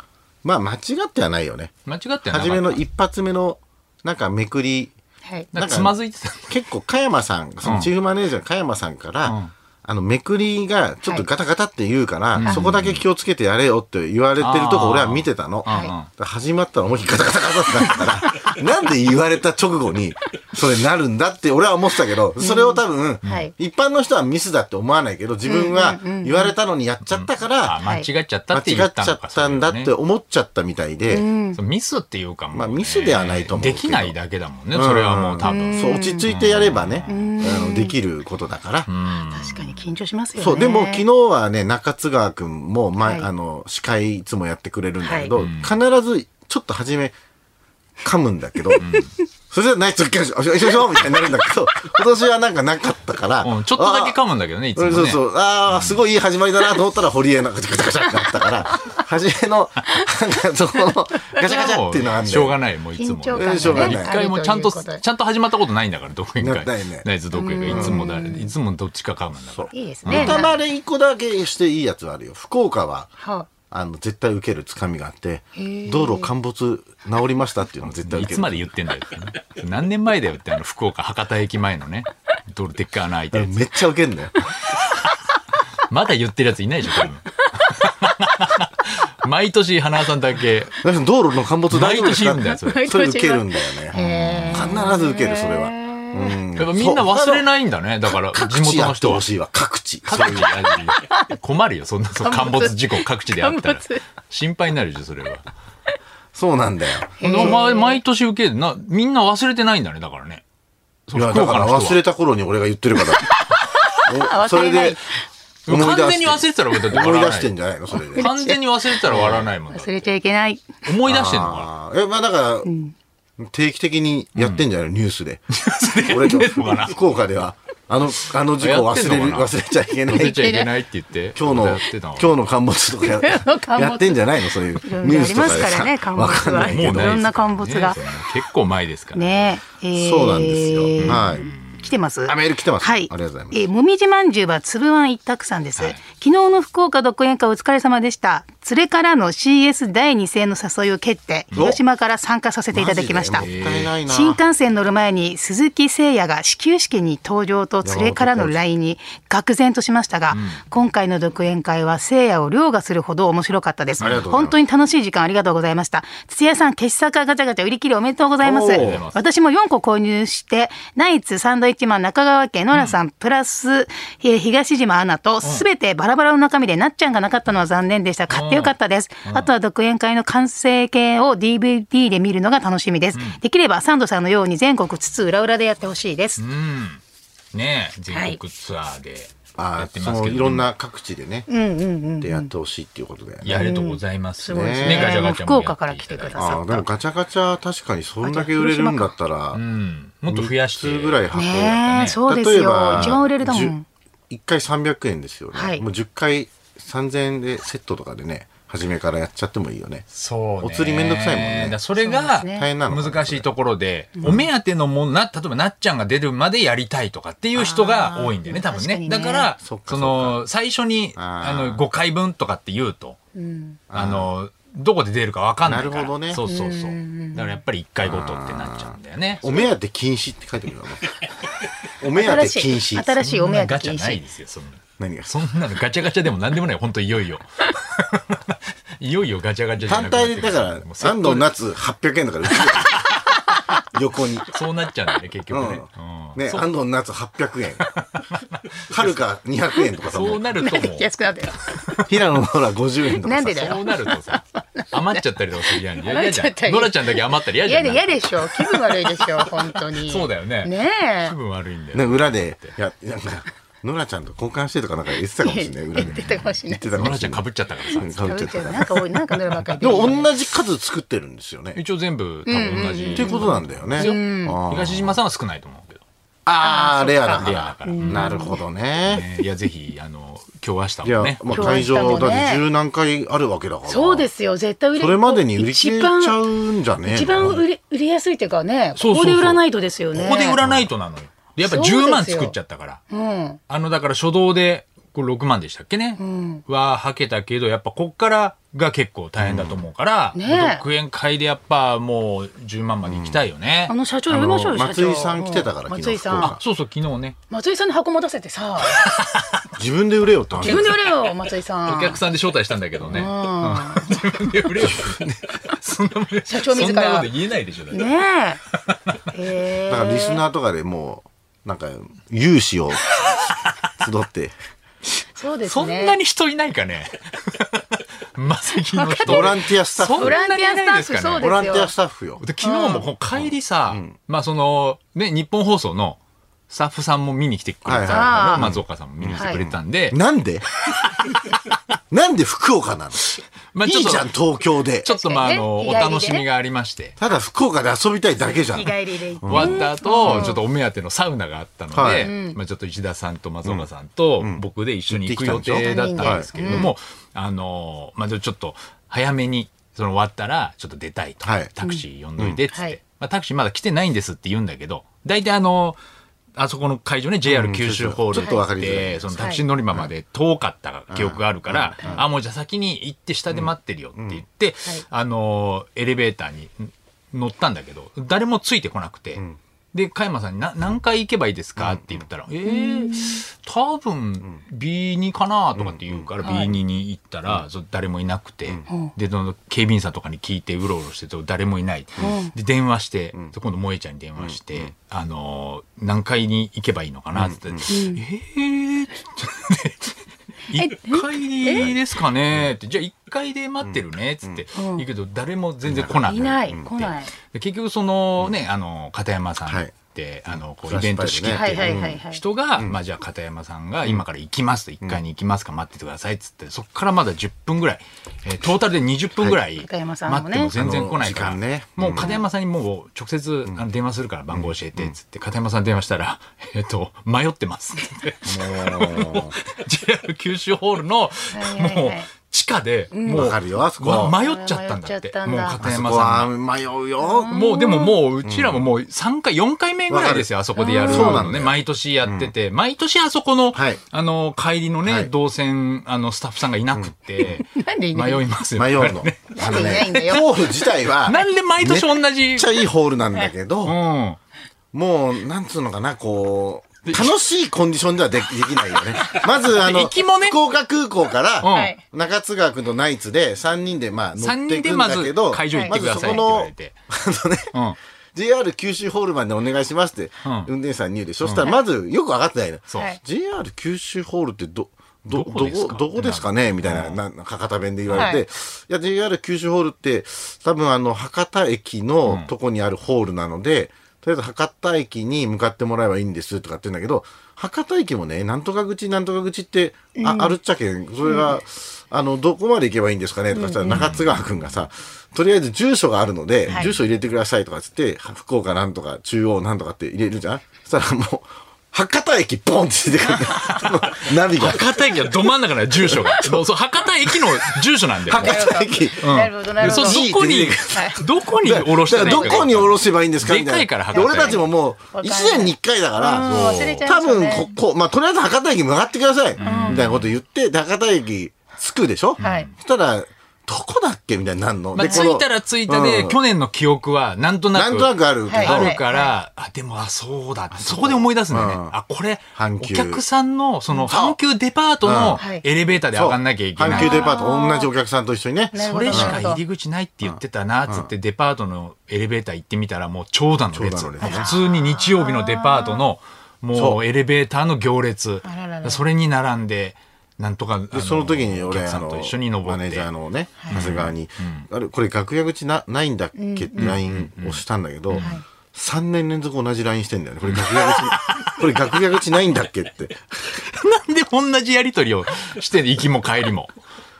Speaker 3: まあ間違ってはないよね。
Speaker 2: の間違ってはなかった
Speaker 3: 初めの一発目の、なんかめくり、
Speaker 4: はい。
Speaker 2: なんかつまずいてた
Speaker 3: 結構加山さん、そのチーフマネージャーの加山さんから、
Speaker 2: うん
Speaker 3: あの、めくりがちょっとガタガタって言うから、そこだけ気をつけてやれよって言われてるとこ俺は見てたの。
Speaker 2: はい
Speaker 3: だから始まったら思いっきりガタガタガタってなったから、なんで言われた直後に、それなるんだって俺は思ってたけど、それを多分、
Speaker 4: はい
Speaker 3: 一般の人はミスだって思わないけど、自分は言われたのにやっちゃったから、
Speaker 2: あ間違っちゃったって
Speaker 3: 間
Speaker 2: 言
Speaker 3: 違っ
Speaker 2: った
Speaker 3: ちゃ
Speaker 2: の
Speaker 3: っ
Speaker 2: か
Speaker 3: たんだっ
Speaker 2: それ
Speaker 3: て
Speaker 2: ね
Speaker 3: 思っちゃったみたいで、
Speaker 2: そうミスっていうかもうね
Speaker 3: まあミスではないと思うけ
Speaker 2: で
Speaker 3: ど
Speaker 2: きないだけだもんねそれはもう多分
Speaker 3: そう落ち着いてやればね、あのできることだから。
Speaker 4: 確かに緊張しますよね。
Speaker 3: そう、でも昨日はね、中津川くんも、ま、
Speaker 4: はい
Speaker 3: あの、司会いつもやってくれるんだけど、
Speaker 4: は
Speaker 3: 必ずちょっと初め噛むんだけど、それじゃないときは、よしよしよしよみたいになるんだけど、今年はなんかなかったから、
Speaker 2: うん、ちょっとだけ
Speaker 3: か
Speaker 2: 噛むんだけどね、いつ
Speaker 3: そ
Speaker 2: も
Speaker 3: う
Speaker 2: ね。
Speaker 3: そうそう。ああ、すごいいい始まりだなと思ったら、堀江のガチャガチャガチャってなったから、初めの、なんかそこの、ガチャガチャっていうのがあるんだよ。
Speaker 2: しょうがない、もういつもね。
Speaker 5: 緊張
Speaker 3: うんしょうがない
Speaker 5: 感
Speaker 2: 一
Speaker 5: がね
Speaker 2: 回もちゃんと、
Speaker 5: あるいうこ
Speaker 2: ちゃんと始まったことないんだから、独演
Speaker 3: な
Speaker 2: 会。
Speaker 3: ないね
Speaker 2: ナイツ独演会。いつもだ、いつもどっちか噛むんだから。
Speaker 5: でいいですね。
Speaker 3: 歌まで一個だけしていいやつはあるよ。福岡は、
Speaker 5: は
Speaker 3: あの、絶対受けるつかみがあって
Speaker 5: へ、
Speaker 3: 道路陥没治りましたっていうのを絶対
Speaker 2: い
Speaker 3: 受ける。
Speaker 2: つまで言ってんだよってね、何年前だよって、あの、福岡博多駅前のね、ドルテッカーの開いたやつ。
Speaker 3: めっちゃ受けるんだよ。
Speaker 2: まだ言ってるやついないでしょ、多分 毎年、花輪さんだけ。
Speaker 3: 皆さん道路の陥没大丈夫ですか
Speaker 2: 毎年言うんだよそ
Speaker 5: れ
Speaker 3: それ受けるんだよね。必ず受ける、それは。うん
Speaker 2: やっぱみんな忘れないんだね。だから、
Speaker 3: 各
Speaker 2: 地
Speaker 3: 地
Speaker 2: 元
Speaker 3: や
Speaker 2: の
Speaker 3: って
Speaker 2: 人は
Speaker 3: ほ。しいわ、各地。
Speaker 2: 各地に困るよ、そんな、そう 陥没事故各地であったら
Speaker 4: 陥没。
Speaker 2: 心配になるでしょ、それは。
Speaker 3: そうなんだよ。
Speaker 2: お前、毎年受けるな、みんな忘れてないんだね、だからね。そ
Speaker 3: いうや、
Speaker 2: 福
Speaker 3: だか
Speaker 2: 岡の
Speaker 3: ら
Speaker 2: 人は。
Speaker 3: 忘れた頃に俺が言ってるから。おそれで、思い
Speaker 2: 完
Speaker 3: 出
Speaker 2: 全に
Speaker 3: し
Speaker 2: 忘
Speaker 3: て
Speaker 2: れてたら俺だって
Speaker 3: 思い
Speaker 2: 笑わ
Speaker 3: 出
Speaker 2: な
Speaker 3: してん
Speaker 2: い。
Speaker 3: じゃないのそれで。
Speaker 2: 完全に忘れてたら笑わないもんだっ
Speaker 4: 忘
Speaker 2: て。
Speaker 4: れちゃいけない。
Speaker 2: 思い出してんのか
Speaker 3: ああ、え、まあだから、定期的にやってんじゃないのニュー スで。俺と
Speaker 2: んのかな
Speaker 3: 福岡では、あの、あの事故
Speaker 2: やっ
Speaker 3: を忘れ
Speaker 2: てん
Speaker 3: る、
Speaker 2: のかな
Speaker 3: 忘れちゃいけな
Speaker 2: な忘れ
Speaker 3: い。
Speaker 2: ちゃいけないって言って。
Speaker 3: 今日の、
Speaker 2: や
Speaker 3: 今
Speaker 2: って
Speaker 3: 日
Speaker 2: たわ
Speaker 3: の陥没と かややってんじゃないのそういう
Speaker 4: ろいろ
Speaker 3: ニュー
Speaker 4: あ
Speaker 3: スとかで
Speaker 4: りますから
Speaker 3: さ。
Speaker 4: ね陥没は
Speaker 3: わかんない
Speaker 4: も
Speaker 3: け
Speaker 4: う
Speaker 3: ど。
Speaker 4: いろんな陥没が
Speaker 2: ねそんな結構前ですから。
Speaker 4: ねええー
Speaker 3: そうなんですよ。はい。
Speaker 4: 来てます。
Speaker 3: あメール来てます
Speaker 4: はい。
Speaker 3: ありがとうございます
Speaker 4: えーもみじまんじゅうは粒あん一択さんです。
Speaker 2: はい
Speaker 4: 昨日の福岡独演会お疲れ様でした。連れからの CS 第2戦の誘いを蹴って、広島から参加させていただきました
Speaker 3: マ。ジでもったいないな。
Speaker 4: 新幹線乗る前に鈴木誠也が始球式に登場と連れからの LINE に愕然としましたが、今回の独演会は誠也を凌駕するほど面白かったです
Speaker 3: ありがとうございます
Speaker 4: 本当に楽しい時間ありがとうございました土屋さん傑作ガチャガチャ売り切りおめでとうございま
Speaker 3: お
Speaker 4: す
Speaker 3: ーありがとうござい
Speaker 2: ます
Speaker 4: 私も4個購入してナイツサンドイッチマン中川家野良さん、プラスえー東島アナと全てバラバラの中身でなっちゃんがなかったのは残念でした買ってよかったです、あとは独演会の完成形を DVD で見るのが楽しみです、できればサンドさんのように全国津々浦々でやってほしいです、
Speaker 2: ねえ全国ツアーでや
Speaker 3: あ
Speaker 2: って
Speaker 3: ーそ
Speaker 2: ます
Speaker 3: の
Speaker 2: け
Speaker 3: いろ
Speaker 2: ど。
Speaker 3: んな各地でね、でやってほしいっていうことだよね。
Speaker 2: やれとございます。
Speaker 4: うんすごいです
Speaker 3: ね
Speaker 2: ガチャガチャもやっていただいて
Speaker 4: もう福岡から来てください
Speaker 3: ああ、でもガチャガチャ確かにそんだけ売れるんだったら、
Speaker 2: うんもっと増やして。
Speaker 3: 普通ぐらい箱
Speaker 4: ねえそうですよ一番売れるだもん
Speaker 3: 1回300円ですよね、
Speaker 4: はい
Speaker 3: もう10回3000円でセットとかでね初めからやっちゃってもいいよね
Speaker 2: そうね
Speaker 3: お釣りめんどくさいもんね
Speaker 2: だからそれが
Speaker 4: そうですね
Speaker 3: 大変なのかな
Speaker 2: 難しいところで、お目当てのもんな、例えばなっちゃんが出るまでやりたいとかっていう人が多いんだよね、多分
Speaker 4: 確かに
Speaker 2: ね。
Speaker 4: ね
Speaker 2: だから、
Speaker 3: そっ
Speaker 2: そ
Speaker 3: かそっか
Speaker 2: の、最初に、
Speaker 3: あー
Speaker 2: あの、5回分とかって言うと、あの、どこで出るかわかんないから。
Speaker 3: なるほどね
Speaker 2: そうそうそう。だからやっぱり1回ごとってなっちゃうんだよね。
Speaker 3: お目当て禁止って書いてみるわも うお目当て禁止
Speaker 4: 新しいお目当て禁
Speaker 2: そんなガチャない
Speaker 4: 止
Speaker 2: ですよ、そんな。
Speaker 3: 何が
Speaker 2: そんなのガチャガチャでも何でもない、本当いよ いよ。いよいよガチャガチャじゃな
Speaker 3: 単
Speaker 2: くなって
Speaker 3: 体で
Speaker 2: くる
Speaker 3: だから
Speaker 2: もうセット
Speaker 3: 安藤夏800円だから売っ てるよ横に、
Speaker 2: そうなっちゃうんだよね、結
Speaker 3: う
Speaker 2: 局
Speaker 3: ん
Speaker 2: ね。うん
Speaker 3: ね
Speaker 2: そう
Speaker 3: 安藤夏800円はるか200円とかさ
Speaker 2: そうなるともう。
Speaker 4: 安くなったよ
Speaker 3: 平野ノラ50円とか
Speaker 4: な
Speaker 3: さ
Speaker 4: んでだよ
Speaker 2: そうなるとさ、余っちゃったりとかするじゃん。 いや
Speaker 4: 余
Speaker 2: 嫌
Speaker 4: っ
Speaker 2: じゃ
Speaker 4: ちゃった
Speaker 2: ん。
Speaker 4: り
Speaker 2: ノラちゃんだけ余ったり嫌じゃ
Speaker 4: 嫌
Speaker 2: ん。
Speaker 4: で嫌でしょ気分悪いでしょ本当 に
Speaker 2: そうだよね。
Speaker 4: ねえ
Speaker 2: 気分悪いんだ
Speaker 3: ね、
Speaker 2: よ。
Speaker 3: 裏で、いや、なんか、ノラちゃんと交換してとかなんか言ってたかもしれない、裏で。
Speaker 4: 言ってたかもしれな
Speaker 3: 言
Speaker 4: い
Speaker 3: ってたか
Speaker 2: ノ
Speaker 3: も
Speaker 2: ラ
Speaker 3: し
Speaker 2: ちゃ
Speaker 3: れ
Speaker 2: ん
Speaker 3: ない。
Speaker 2: 被っちゃったからさ。
Speaker 3: かぶっちゃった
Speaker 4: なんか多いなんか乗るばっかり
Speaker 3: で
Speaker 4: で
Speaker 3: も同じ数作ってるんですよね。っ
Speaker 2: 一応全部多分同じ。
Speaker 3: ていうことなんだよね。あー
Speaker 2: 東島さんは少ないと思うけど。
Speaker 3: あー、レアだか
Speaker 2: レアだ
Speaker 3: ら
Speaker 2: か。ら
Speaker 3: なるほどね。
Speaker 2: ねいや、ぜひ、あの、今日明
Speaker 3: い
Speaker 2: 日も
Speaker 3: や
Speaker 2: ね、。
Speaker 3: まあ
Speaker 4: 今日
Speaker 3: 会場だ
Speaker 4: 明日も
Speaker 3: って
Speaker 4: ね
Speaker 3: 十何回あるわけだから。
Speaker 4: そうですよ絶対売れ
Speaker 3: それまでに売り切れちゃうんじゃねえ
Speaker 4: 一番売れ売れやすいっていうかね
Speaker 2: そうそうそう
Speaker 4: ここで売らないとですよね
Speaker 2: ここで売らないとなのよ。でやっぱ
Speaker 4: そうです
Speaker 2: 10
Speaker 4: よ
Speaker 2: 万作っちゃったから。
Speaker 4: うん
Speaker 2: あの、だから初動で、これ6万でしたっけね、は、はけたけど、やっぱこっからが結構大変だと思うから、
Speaker 4: うんねえ
Speaker 2: 独演会でやっぱもう10万まで行きたいよね。
Speaker 4: あの社長
Speaker 3: あ
Speaker 4: 呼びましょう
Speaker 3: の
Speaker 4: よ社長
Speaker 3: 松井さん来てたから、
Speaker 4: うん
Speaker 3: 昨
Speaker 4: 松
Speaker 3: 日
Speaker 4: 井
Speaker 3: 福
Speaker 4: さん
Speaker 2: あ
Speaker 3: 岡。
Speaker 2: そうそう、昨日ね。
Speaker 4: 松井さんに箱持たせてさ
Speaker 3: 自分で売れよって話
Speaker 4: 自分で売れよ松井さん
Speaker 2: お客さんで招待したんだけどね。
Speaker 4: うん
Speaker 2: 自分 で売れよ ってね。そんなもん
Speaker 4: 社長自ら
Speaker 2: そんなこと言えないでしょ。だって
Speaker 4: ねえへえ
Speaker 3: だからリスナーとかでもう、なんか、融資を 集って、
Speaker 4: そうです
Speaker 2: そん
Speaker 4: ね
Speaker 2: なに人いないかね。 マセキの人。
Speaker 3: ボランティ アスタッ
Speaker 2: そ
Speaker 3: フ
Speaker 2: ん
Speaker 4: ボ
Speaker 2: な
Speaker 4: ランティアスタッフそうです
Speaker 3: ボ
Speaker 4: よ
Speaker 3: ランティアスタッフよ。
Speaker 2: で昨日もこう帰りさ、まあその、ね、日本放送のスタッフさんも見に来てくれた
Speaker 3: はい
Speaker 2: か
Speaker 3: はい
Speaker 2: ら、
Speaker 4: はい
Speaker 2: 松岡さんも見に来てくれたんで、
Speaker 3: なんで なんで福岡なの、
Speaker 2: まあ
Speaker 3: い
Speaker 2: ちょ
Speaker 3: い
Speaker 2: っと
Speaker 3: じゃん、東京で。
Speaker 2: ちょっとまああの、
Speaker 4: 確
Speaker 2: お
Speaker 4: かにね
Speaker 2: 楽しみがありまして。
Speaker 3: ただ福岡で遊びたいだけじゃん。
Speaker 4: 日帰りで行って。
Speaker 2: 終わった後、ちょっとお目当てのサウナがあったので、
Speaker 3: はい
Speaker 2: まあ、ちょっと石田さんと松岡さんと僕で一緒に行く
Speaker 3: 行
Speaker 2: 予
Speaker 3: ってきたんでし
Speaker 2: 定
Speaker 3: ょ
Speaker 2: だったんですけれども、あのまあ、ちょっと早めにその終わったらちょっと出たいと、
Speaker 3: はい
Speaker 2: タクシー呼んどいてっつって、
Speaker 4: うんはい
Speaker 2: まあ、タクシーまだ来てないんですって言うんだけど大体あのあそこの会場ね JR 九州ホール
Speaker 3: ちょっとわかりづらい
Speaker 2: でそのタクシー乗り場まで遠かった記憶があるから、あもうじゃあ先に行って下で待ってるよって言って、
Speaker 4: はい
Speaker 2: あのエレベーターに乗ったんだけど誰もついてこなくて、で加山さんにな「何回行けばいいですか?」って言ったら「えー、多分 B2 かな?」とかって言うから、B2 に行ったら、そう誰もいなくて、でその警備員さんとかに聞いてうろうろしてて誰もいない、で電話して、で今度萌えちゃんに電話して「あのー何回に行けばいいのかな?」って言って「えー?」って言って。1階ですかねって、じゃあ1階で待ってるねっつって、
Speaker 4: うん
Speaker 2: 言うけど誰も全然来ない。
Speaker 4: いない、来ない。
Speaker 2: で結局そのね、あの片山さんって、あのこうイベント仕切っ
Speaker 3: は
Speaker 4: はい
Speaker 2: て
Speaker 4: はいはいはい。
Speaker 2: 人が、まあじゃあ片山さんが今から行きますと1階に行きますか待っててくださいっつってそこからまだ10分ぐらい、えートータルで20分ぐらい
Speaker 4: い
Speaker 2: 待
Speaker 4: 片山さんもね
Speaker 2: っても全然来ないか
Speaker 3: あ
Speaker 2: ら、
Speaker 3: の時間ね
Speaker 2: もう片山さんにもう直接あの電話するから番号教えてっつって片山さんに電話したら「えっと迷ってます」って
Speaker 3: も
Speaker 2: JR 九州ホールの
Speaker 4: いはいはい
Speaker 2: もう地下でも
Speaker 3: わ
Speaker 2: う
Speaker 3: かるよあそこ
Speaker 2: わ迷っちゃったんだって
Speaker 4: 迷っちゃったん
Speaker 2: もう
Speaker 4: だ
Speaker 3: う、
Speaker 2: 片
Speaker 3: あそ
Speaker 2: 山
Speaker 3: こ
Speaker 2: さん
Speaker 3: は迷うよ。
Speaker 2: もうでももううちらももう3回、4回目ぐらいですよ、あそこでやる
Speaker 3: うんそうな
Speaker 2: の
Speaker 3: んだ
Speaker 2: ね。
Speaker 3: よ
Speaker 2: 毎年やってて、毎年あそこの、
Speaker 3: はい
Speaker 2: あの、帰りのね、
Speaker 3: はい
Speaker 2: 動線、あの、スタッフさんがいなくって、
Speaker 4: なんでいない
Speaker 2: 迷いますよ。
Speaker 3: 迷う の。あの
Speaker 4: いないんだ
Speaker 3: ね、
Speaker 4: よ
Speaker 3: ホール自体は、
Speaker 2: なんで毎年同じ
Speaker 3: めっち。ゃいいホールなんだけど、
Speaker 2: うん。
Speaker 3: もう、なんつうのかな、こう、楽しいコンディションではでできないよ ね。まず、あの、
Speaker 2: 行きもね
Speaker 3: 福岡空港から、
Speaker 4: はい。
Speaker 3: 中津川君とナイツで3人でまあ乗
Speaker 2: 3
Speaker 3: ってい
Speaker 2: 人で
Speaker 3: くん
Speaker 2: ま
Speaker 3: だ
Speaker 2: ず
Speaker 3: けど、
Speaker 2: 会場行ってくださいって言わ
Speaker 3: ま
Speaker 2: れて。
Speaker 3: ずそこの、あのね、JR 九州ホールまでお願いしますって、
Speaker 2: うん
Speaker 3: 運転手さんに言うでしょ。そしたらまずよく分かってないの。
Speaker 2: そう
Speaker 4: はい
Speaker 3: JR 九州ホールってど、ど、
Speaker 2: どこ
Speaker 3: ど
Speaker 2: です
Speaker 3: こ
Speaker 2: か、
Speaker 3: どこですかねみたいな、なな博多弁で言われて、いや、JR 九州ホールって、多分あの、博多駅のとこにあるホールなので、とりあえず博多駅に向かってもらえばいいんですとかって言うんだけど、博多駅もね、なんとか口、なんとか口って、ああるっちゃけん、それが、あの、どこまで行けばいいんですかねとかしたら、中津川くんがさ、とりあえず住所があるので、
Speaker 4: はい
Speaker 3: 住所入れてくださいとかっつって、福岡なんとか、中央なんとかって入れるじゃんそしたらもう、博多駅ボンって出てくるんだよナビが。
Speaker 2: 博多駅はど真ん中の住所が。そうそう、博多駅の住所なんだよ。もう
Speaker 3: 博多駅。
Speaker 4: なるほどな
Speaker 2: で
Speaker 4: るほ
Speaker 2: そ
Speaker 4: ど。
Speaker 2: うどこに
Speaker 4: は、
Speaker 2: どこに降ろしたらいい
Speaker 3: だからどこに下ろせばいいんですかみたいな。
Speaker 2: でかいから博
Speaker 3: で
Speaker 2: 多
Speaker 3: 俺たちももう、1年に1回だか
Speaker 4: うん
Speaker 3: ら、
Speaker 4: 忘れちゃいま
Speaker 3: 多
Speaker 4: した
Speaker 3: 分
Speaker 4: ね
Speaker 3: こ、こう、まあ、とりあえず博多駅曲がってください。みたいなこと言って、で博多駅着くでしょ
Speaker 4: はい
Speaker 3: そしたら、どこだっけみたいになるの。
Speaker 2: まあ、
Speaker 3: で
Speaker 2: 着いたら着いたで、
Speaker 3: うん
Speaker 2: 去年の記憶は、なんとなく。
Speaker 3: なんとなくあるけど、
Speaker 4: はい
Speaker 2: あるから、あ、でも、あ、そうだ。そこで思い出すんだよね。
Speaker 3: うん
Speaker 2: あ、これ、
Speaker 3: 阪
Speaker 2: お
Speaker 3: 急
Speaker 2: 客さんの、その、
Speaker 3: そう
Speaker 2: 阪急デパート
Speaker 3: うん
Speaker 2: の
Speaker 4: はい
Speaker 2: エレベーターで
Speaker 3: そう
Speaker 2: 上がんなきゃいけな
Speaker 3: 阪
Speaker 2: い。
Speaker 3: 急デパート、同じお客さんと一緒にね。
Speaker 4: なる
Speaker 2: そ
Speaker 4: ほど
Speaker 2: れし
Speaker 4: な
Speaker 2: か
Speaker 4: るほ
Speaker 2: 入
Speaker 4: ど
Speaker 2: り口ないって言ってたな、つってデパートのエレベーター行ってみたら、もう長蛇の列。
Speaker 3: 長蛇の列
Speaker 2: 普通に日曜日のデパートの、も
Speaker 3: そうう
Speaker 2: エレベーターの行列
Speaker 4: あらら。ら
Speaker 2: それに並んで、なんとか、あ
Speaker 3: でその時に
Speaker 2: お
Speaker 3: 俺
Speaker 2: 客
Speaker 3: あ
Speaker 2: さん
Speaker 3: の
Speaker 2: と一緒に登
Speaker 3: マ
Speaker 2: って。
Speaker 3: ネージャーのね長谷川に「あれこれ楽屋口なないんだっけ?」って LINE をしたんだけど3年連続同じ LINE してんだよねこれ楽屋口 これ楽屋口ないんだっけって
Speaker 2: なんで同じやりとりをして、行きも帰り も。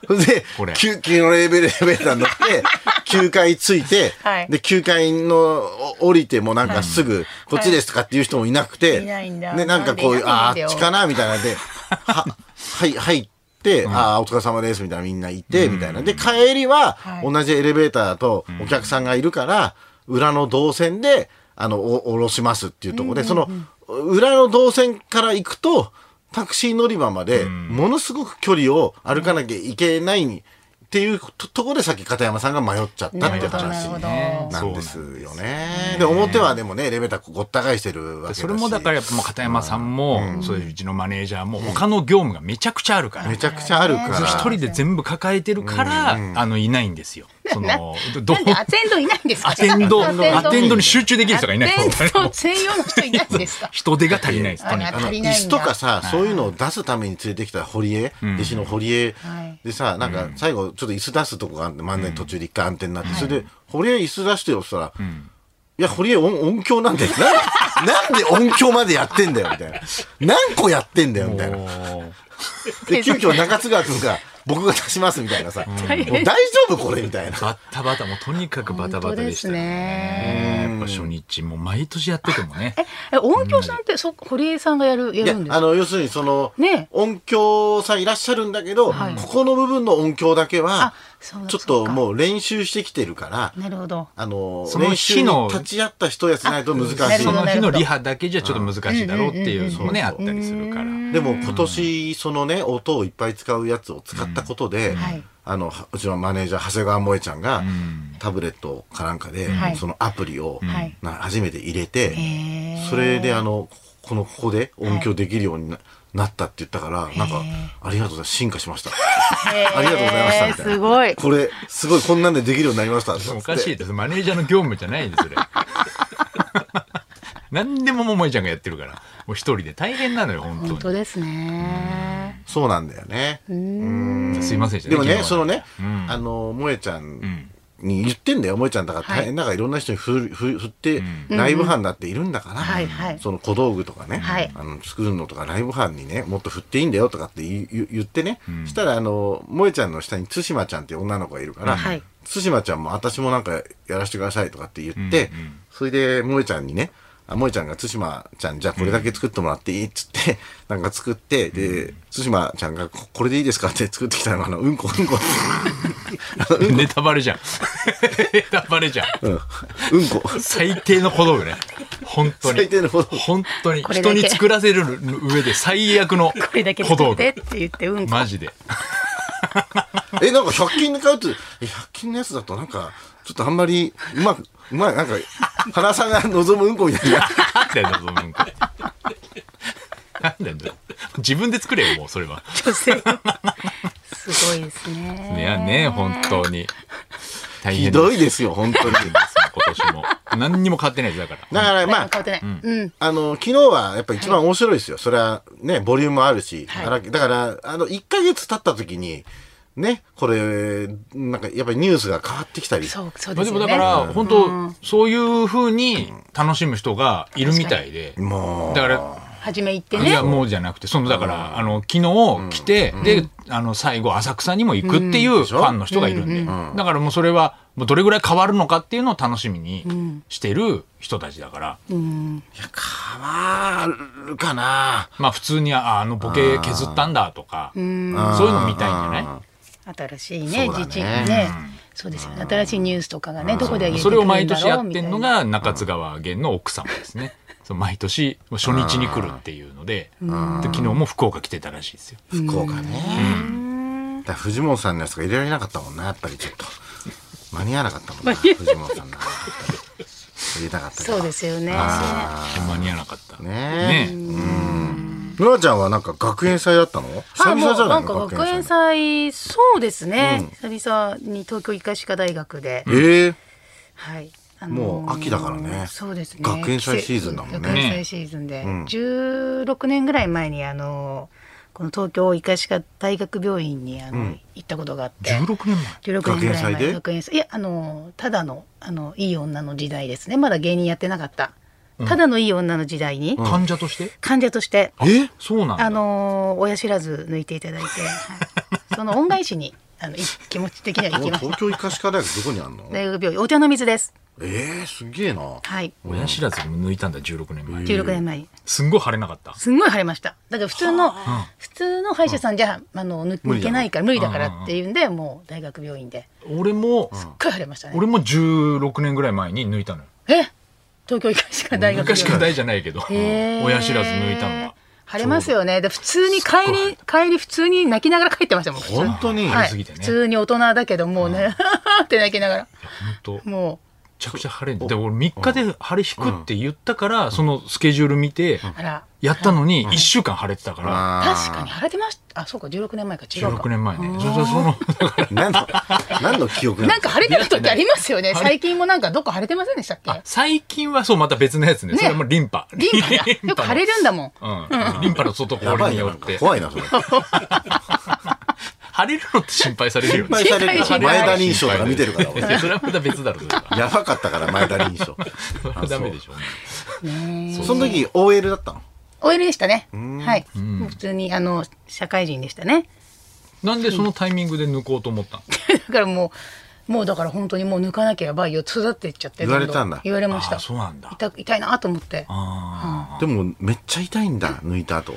Speaker 3: それで
Speaker 2: これ
Speaker 3: 9階のレベルエレベーターに乗って9階着いて
Speaker 4: はい
Speaker 3: で9階のお降りてもなんかすぐ「こっちです」とかっていう人もいなくて
Speaker 4: いないんだ
Speaker 3: でなんかこう
Speaker 4: ないん
Speaker 3: う
Speaker 4: で
Speaker 3: あ
Speaker 4: な
Speaker 3: あ
Speaker 4: ん
Speaker 3: ー
Speaker 4: でよ
Speaker 3: あっちかなみたいなんでははい入って「ああお疲れ様です」みたいなみんないてみたいなで帰りは
Speaker 4: はい
Speaker 3: 同じエレベーターとお客さんがいるから裏の動線であのお降ろしますっていうところでその裏の動線から行くとタクシー乗り場までものすごく距離を歩かなきゃいけないにっていうとところでさっき片山さんが迷っちゃったっていう話
Speaker 4: なるほど
Speaker 3: な
Speaker 2: そうんな
Speaker 3: で
Speaker 2: ん
Speaker 3: すよね。で表はでもねエレベーターごった返してるわけだし
Speaker 2: それもだからやっぱもう片山さんも、そういううちのマネージャーも他の業務がめちゃくちゃあるから。
Speaker 3: めちゃくちゃあるから。
Speaker 2: 一人で全部抱えてるから、あの、いないんですよ。そ の、ど
Speaker 4: なんでアテンドいないんですか
Speaker 2: アテンド、
Speaker 4: アテンド
Speaker 2: アテンドに集中できる人がいない。
Speaker 4: アテンド専用の人いないんですか
Speaker 2: 人手が足りないです、とにか
Speaker 4: あ
Speaker 2: く。
Speaker 4: 足りな
Speaker 3: 椅
Speaker 4: いんだ
Speaker 3: 子とかさ、そういうのを出すために連れてきた堀江、弟子の堀江
Speaker 4: はい
Speaker 3: でさ、なんか最後ちょっと椅子出すとこがあって真ん中に途中で一回暗転になって、それで堀江椅子出してよそしたら、いや堀江音音響なんだよなんなんで音響までやってんだよみたいな何個やってんだよみたいな
Speaker 2: もう
Speaker 3: で急遽中津川君が僕が出しますみたいなさ、もう大丈夫これみたいな。
Speaker 2: バッタバタ、もうとにかくバタバタでしたね。
Speaker 4: ね
Speaker 2: やっぱ初日、もう毎年やっててもね。
Speaker 4: え、音響さんって、そ、堀江さんがやる、や
Speaker 3: いや
Speaker 4: るんです
Speaker 3: あ
Speaker 4: か。
Speaker 3: の要するにその、
Speaker 4: ね
Speaker 3: 音響さんいらっしゃるんだけど、
Speaker 4: はい
Speaker 3: ここの部分の音響だけは
Speaker 4: あそうだ
Speaker 3: ちょっ
Speaker 4: そ
Speaker 3: と
Speaker 4: うか
Speaker 3: もう練習してきてるから
Speaker 4: なるほど。
Speaker 3: あの
Speaker 2: その
Speaker 3: 練習
Speaker 2: 日
Speaker 3: に
Speaker 2: の
Speaker 3: 立ち会った人やしないと難し
Speaker 4: なる
Speaker 3: い
Speaker 2: そ
Speaker 4: ほど
Speaker 2: の
Speaker 4: ね
Speaker 2: 日のリハだけじゃちょっと難しいだろうっていうのもね、あったりするから。
Speaker 3: でも今年そのね音をいっぱい使うやつを使ったことで、
Speaker 4: はい
Speaker 3: あのはうちのマネージャー長谷川萌ちゃんが、タブレットかなんかで、
Speaker 4: はい
Speaker 3: そのアプリを、
Speaker 4: はい
Speaker 3: な初めて入れて、
Speaker 4: へー
Speaker 3: それであのここのここで音響できるようにな,、なったって言ったからなんかありがとうございます進化しました。ありがとうございましたみたいな。
Speaker 4: すごい。
Speaker 3: これ、すごい、こんなんでできるようになりました。
Speaker 2: おかしい
Speaker 3: い。
Speaker 2: です。マネージャーの業務じゃないです、それ。 何でもももいちゃんがやってるから。もう一人で大変なのよ、本
Speaker 4: 本
Speaker 2: 当
Speaker 4: 当ですね。
Speaker 3: そうなんだよね。
Speaker 2: に。すいませんでした
Speaker 3: でもね、
Speaker 2: 昨日
Speaker 3: そ
Speaker 2: は
Speaker 3: のね、あの、萌ちゃんに言ってんだよ、萌ちゃんだから大変だから、いろんな人に振る振振って、ライブ班だっているんだから
Speaker 4: はいはい、
Speaker 3: その小道具とかね
Speaker 4: はい、
Speaker 3: あの作るのとか、ライブ班にね、もっと振っていいんだよとかって言言言ってね、したら、あの、萌ちゃんの下に対馬ちゃんっていう女の子がいるから
Speaker 4: はい、
Speaker 3: 対馬ちゃんも私もなんかやらせてくださいとかって言って、それで萌ちゃんにね、あ萌ちゃんが対馬ちゃんじゃあこれだけ作ってもらっていいっつって、 なんか作って、で、対馬ちゃんがここれでいいですかって作ってきたのが、あの、うんこうんこ。 あのうん
Speaker 2: ネタバレじゃん。 ネタバレじゃん。
Speaker 3: うんうんこ。
Speaker 2: 最低の小道具ね。本当に。
Speaker 3: 最低の小道具
Speaker 2: 本当に。
Speaker 4: これだ
Speaker 2: 人
Speaker 4: け
Speaker 2: に作らせる上で最悪の
Speaker 4: これだけ
Speaker 2: 小
Speaker 4: 作
Speaker 2: 道
Speaker 4: ってっ
Speaker 2: 具。
Speaker 4: て言って、うんこ。
Speaker 2: マジで。
Speaker 3: え、なんか100均で買うと、え100均のやつだとなんか、ちょっとあんまり、うまく、うまい、なんか、原さんが望むうんこみたいな。
Speaker 2: なんだよ、その文化。なんだよ。自分で作れよ、もう、それは。
Speaker 4: 女性。すごいですね。
Speaker 2: いやね、本当に。 大
Speaker 3: ひ
Speaker 2: 変です
Speaker 3: どいですよ、本当に。
Speaker 2: 今年も。何にも変わってないです、だから。
Speaker 3: だから、ま
Speaker 4: まあ、
Speaker 3: あ、
Speaker 4: 変わってない。うん。
Speaker 3: あの、昨日はやっぱ一番面白いですよ。それはね、ボリュームもあるし、
Speaker 4: はい
Speaker 3: 荒木だから、あの、1ヶ月経った時に、ね、これ、なんかやっぱりニュースが変わってきたり。
Speaker 4: そう、そう
Speaker 2: まあ
Speaker 4: で
Speaker 2: ですも
Speaker 4: よね。
Speaker 2: だから、本当そういう風に楽しむ人がいるみたいで。
Speaker 3: もう、
Speaker 2: だから、
Speaker 4: 初め行って
Speaker 2: いや、
Speaker 4: ね。
Speaker 2: もうじゃなくて、その、だから、あの、昨日来て、で、あの、最後、浅草にも行くっていうファンの人がいるんで。だからもうそれは、もうどれぐらい変わるのかっていうのを楽しみにしてる人たちだから。
Speaker 3: 変わるかな
Speaker 2: まあ普通にああのボケ削ったんだとか、そういうの見たいんじゃない
Speaker 4: 新しいね、
Speaker 3: そうだね
Speaker 4: 自治ね。そうですよね。新しいニュースとかがね、どこで言う
Speaker 2: それを毎年やってんの、が中津川源の奥様ですね。そう毎年初日に来るっていうので、で昨日も福岡来てたらしいですよ。
Speaker 3: 福岡ね。だから藤本さんのやつが入れられなかったもんな、やっぱりちょっと。間に合わなかったもん な、藤本さんの。入れたかったけど
Speaker 4: そうですよね。
Speaker 2: 間に合わなかった。
Speaker 3: ねえ。
Speaker 2: ね
Speaker 3: ノラちゃんはなんか学園祭だったの久
Speaker 4: はい、も
Speaker 3: 々
Speaker 4: う
Speaker 3: じゃ
Speaker 4: な
Speaker 3: ない
Speaker 4: んか
Speaker 3: の
Speaker 4: 学園
Speaker 3: 祭。
Speaker 4: 祭、そうですね、久々に東京医科歯科大学で、
Speaker 3: ええ。
Speaker 4: はい。あ
Speaker 3: もう秋だからね
Speaker 4: そうですね。
Speaker 3: 学園祭シーズンだもんね
Speaker 4: 学園祭シーズンで、16年ぐらい前にあのこの東京医科歯科大学病院にあの、行ったことがあって。
Speaker 2: 16年前。
Speaker 4: 16年ぐらい
Speaker 3: 学
Speaker 4: 前
Speaker 3: 園祭で
Speaker 4: 学園祭いやあのただのあのいい女の時代ですねまだ芸人やってなかった、ただのいい女の時代に、
Speaker 2: 患者として
Speaker 4: 患者として
Speaker 2: えそうなんだ。
Speaker 4: あの親知らず抜いていただいてはいその恩返しにあのい気持ち的には行
Speaker 3: も
Speaker 4: き
Speaker 3: う 東
Speaker 4: ました
Speaker 3: 京医科歯科大学どこにあんの
Speaker 4: 大学病院お茶の水です
Speaker 3: ええ、すげえな。
Speaker 4: はい
Speaker 2: 親知らずも抜いたんだ16年前。
Speaker 4: 16年前に
Speaker 2: すんごい腫れなかった。
Speaker 4: すんごい腫れましただから普通の普通の歯医者さんじゃあの抜抜けないから無理だからっていうんでもう大学病院で
Speaker 2: 俺も、
Speaker 4: すっごい腫れましたね
Speaker 2: 俺も16年ぐらい前に抜いたのよ。
Speaker 4: え東京医科歯科大学
Speaker 2: 昔か
Speaker 4: 病院
Speaker 2: 大じゃないけど、
Speaker 4: へー
Speaker 2: 親知らず抜いたのが。
Speaker 4: 腫れますよねで普通に帰り帰り普通に泣きながら帰ってましたもん普通に
Speaker 3: 本当に
Speaker 2: あ
Speaker 4: は
Speaker 2: れ
Speaker 4: い、
Speaker 2: すぎてね
Speaker 4: 普通に大人だけどもうね って泣きながら
Speaker 2: 本当。
Speaker 4: も
Speaker 2: めちゃくちゃ晴れんで俺3日で晴れ引くって言ったから、そのスケジュール見て、
Speaker 4: うあら
Speaker 2: やったのに1週間晴れてたから、
Speaker 4: 確かに腫れてましたあそうか16年前か違う
Speaker 2: 16
Speaker 4: か
Speaker 2: 年前ねそしたらそのだから
Speaker 3: 何の、何の記憶
Speaker 4: なんか腫れてる
Speaker 2: 出会って
Speaker 4: 時
Speaker 2: ない
Speaker 4: ありますよね最近もなんかどっか腫れてませんでしたっけ
Speaker 2: 最近はそうまた別のやつね
Speaker 4: ね
Speaker 2: それも リンパ
Speaker 4: リンパだよく腫れるんだもん
Speaker 2: のうん、リンパの外
Speaker 3: やば
Speaker 2: 氷
Speaker 3: い
Speaker 2: によ
Speaker 3: よな
Speaker 2: っ
Speaker 3: んか
Speaker 2: て
Speaker 3: 怖いな、それ。
Speaker 2: 腫れるのって心配されるよね
Speaker 3: 心配される
Speaker 4: 心配
Speaker 3: 前田臨床とか見てるから、
Speaker 2: い
Speaker 3: 俺
Speaker 2: やそれはまた別だろそれは
Speaker 3: やばかったから、前田臨床。
Speaker 2: それはダメでしょ
Speaker 3: その時 OL だったの
Speaker 4: OL でしたねはいもう普通にあの社会人でしたね
Speaker 2: なんでそのタイミングで抜こうと思ったの
Speaker 4: だからもうもうだから本当にもう抜かなきゃやばいよ育っていっちゃって
Speaker 3: 言われたんだ
Speaker 4: どど言われまし
Speaker 2: あ
Speaker 4: た
Speaker 2: そうなんだ
Speaker 4: 痛痛いなと思って
Speaker 2: あ
Speaker 3: でもめっちゃ痛いんだ抜いた後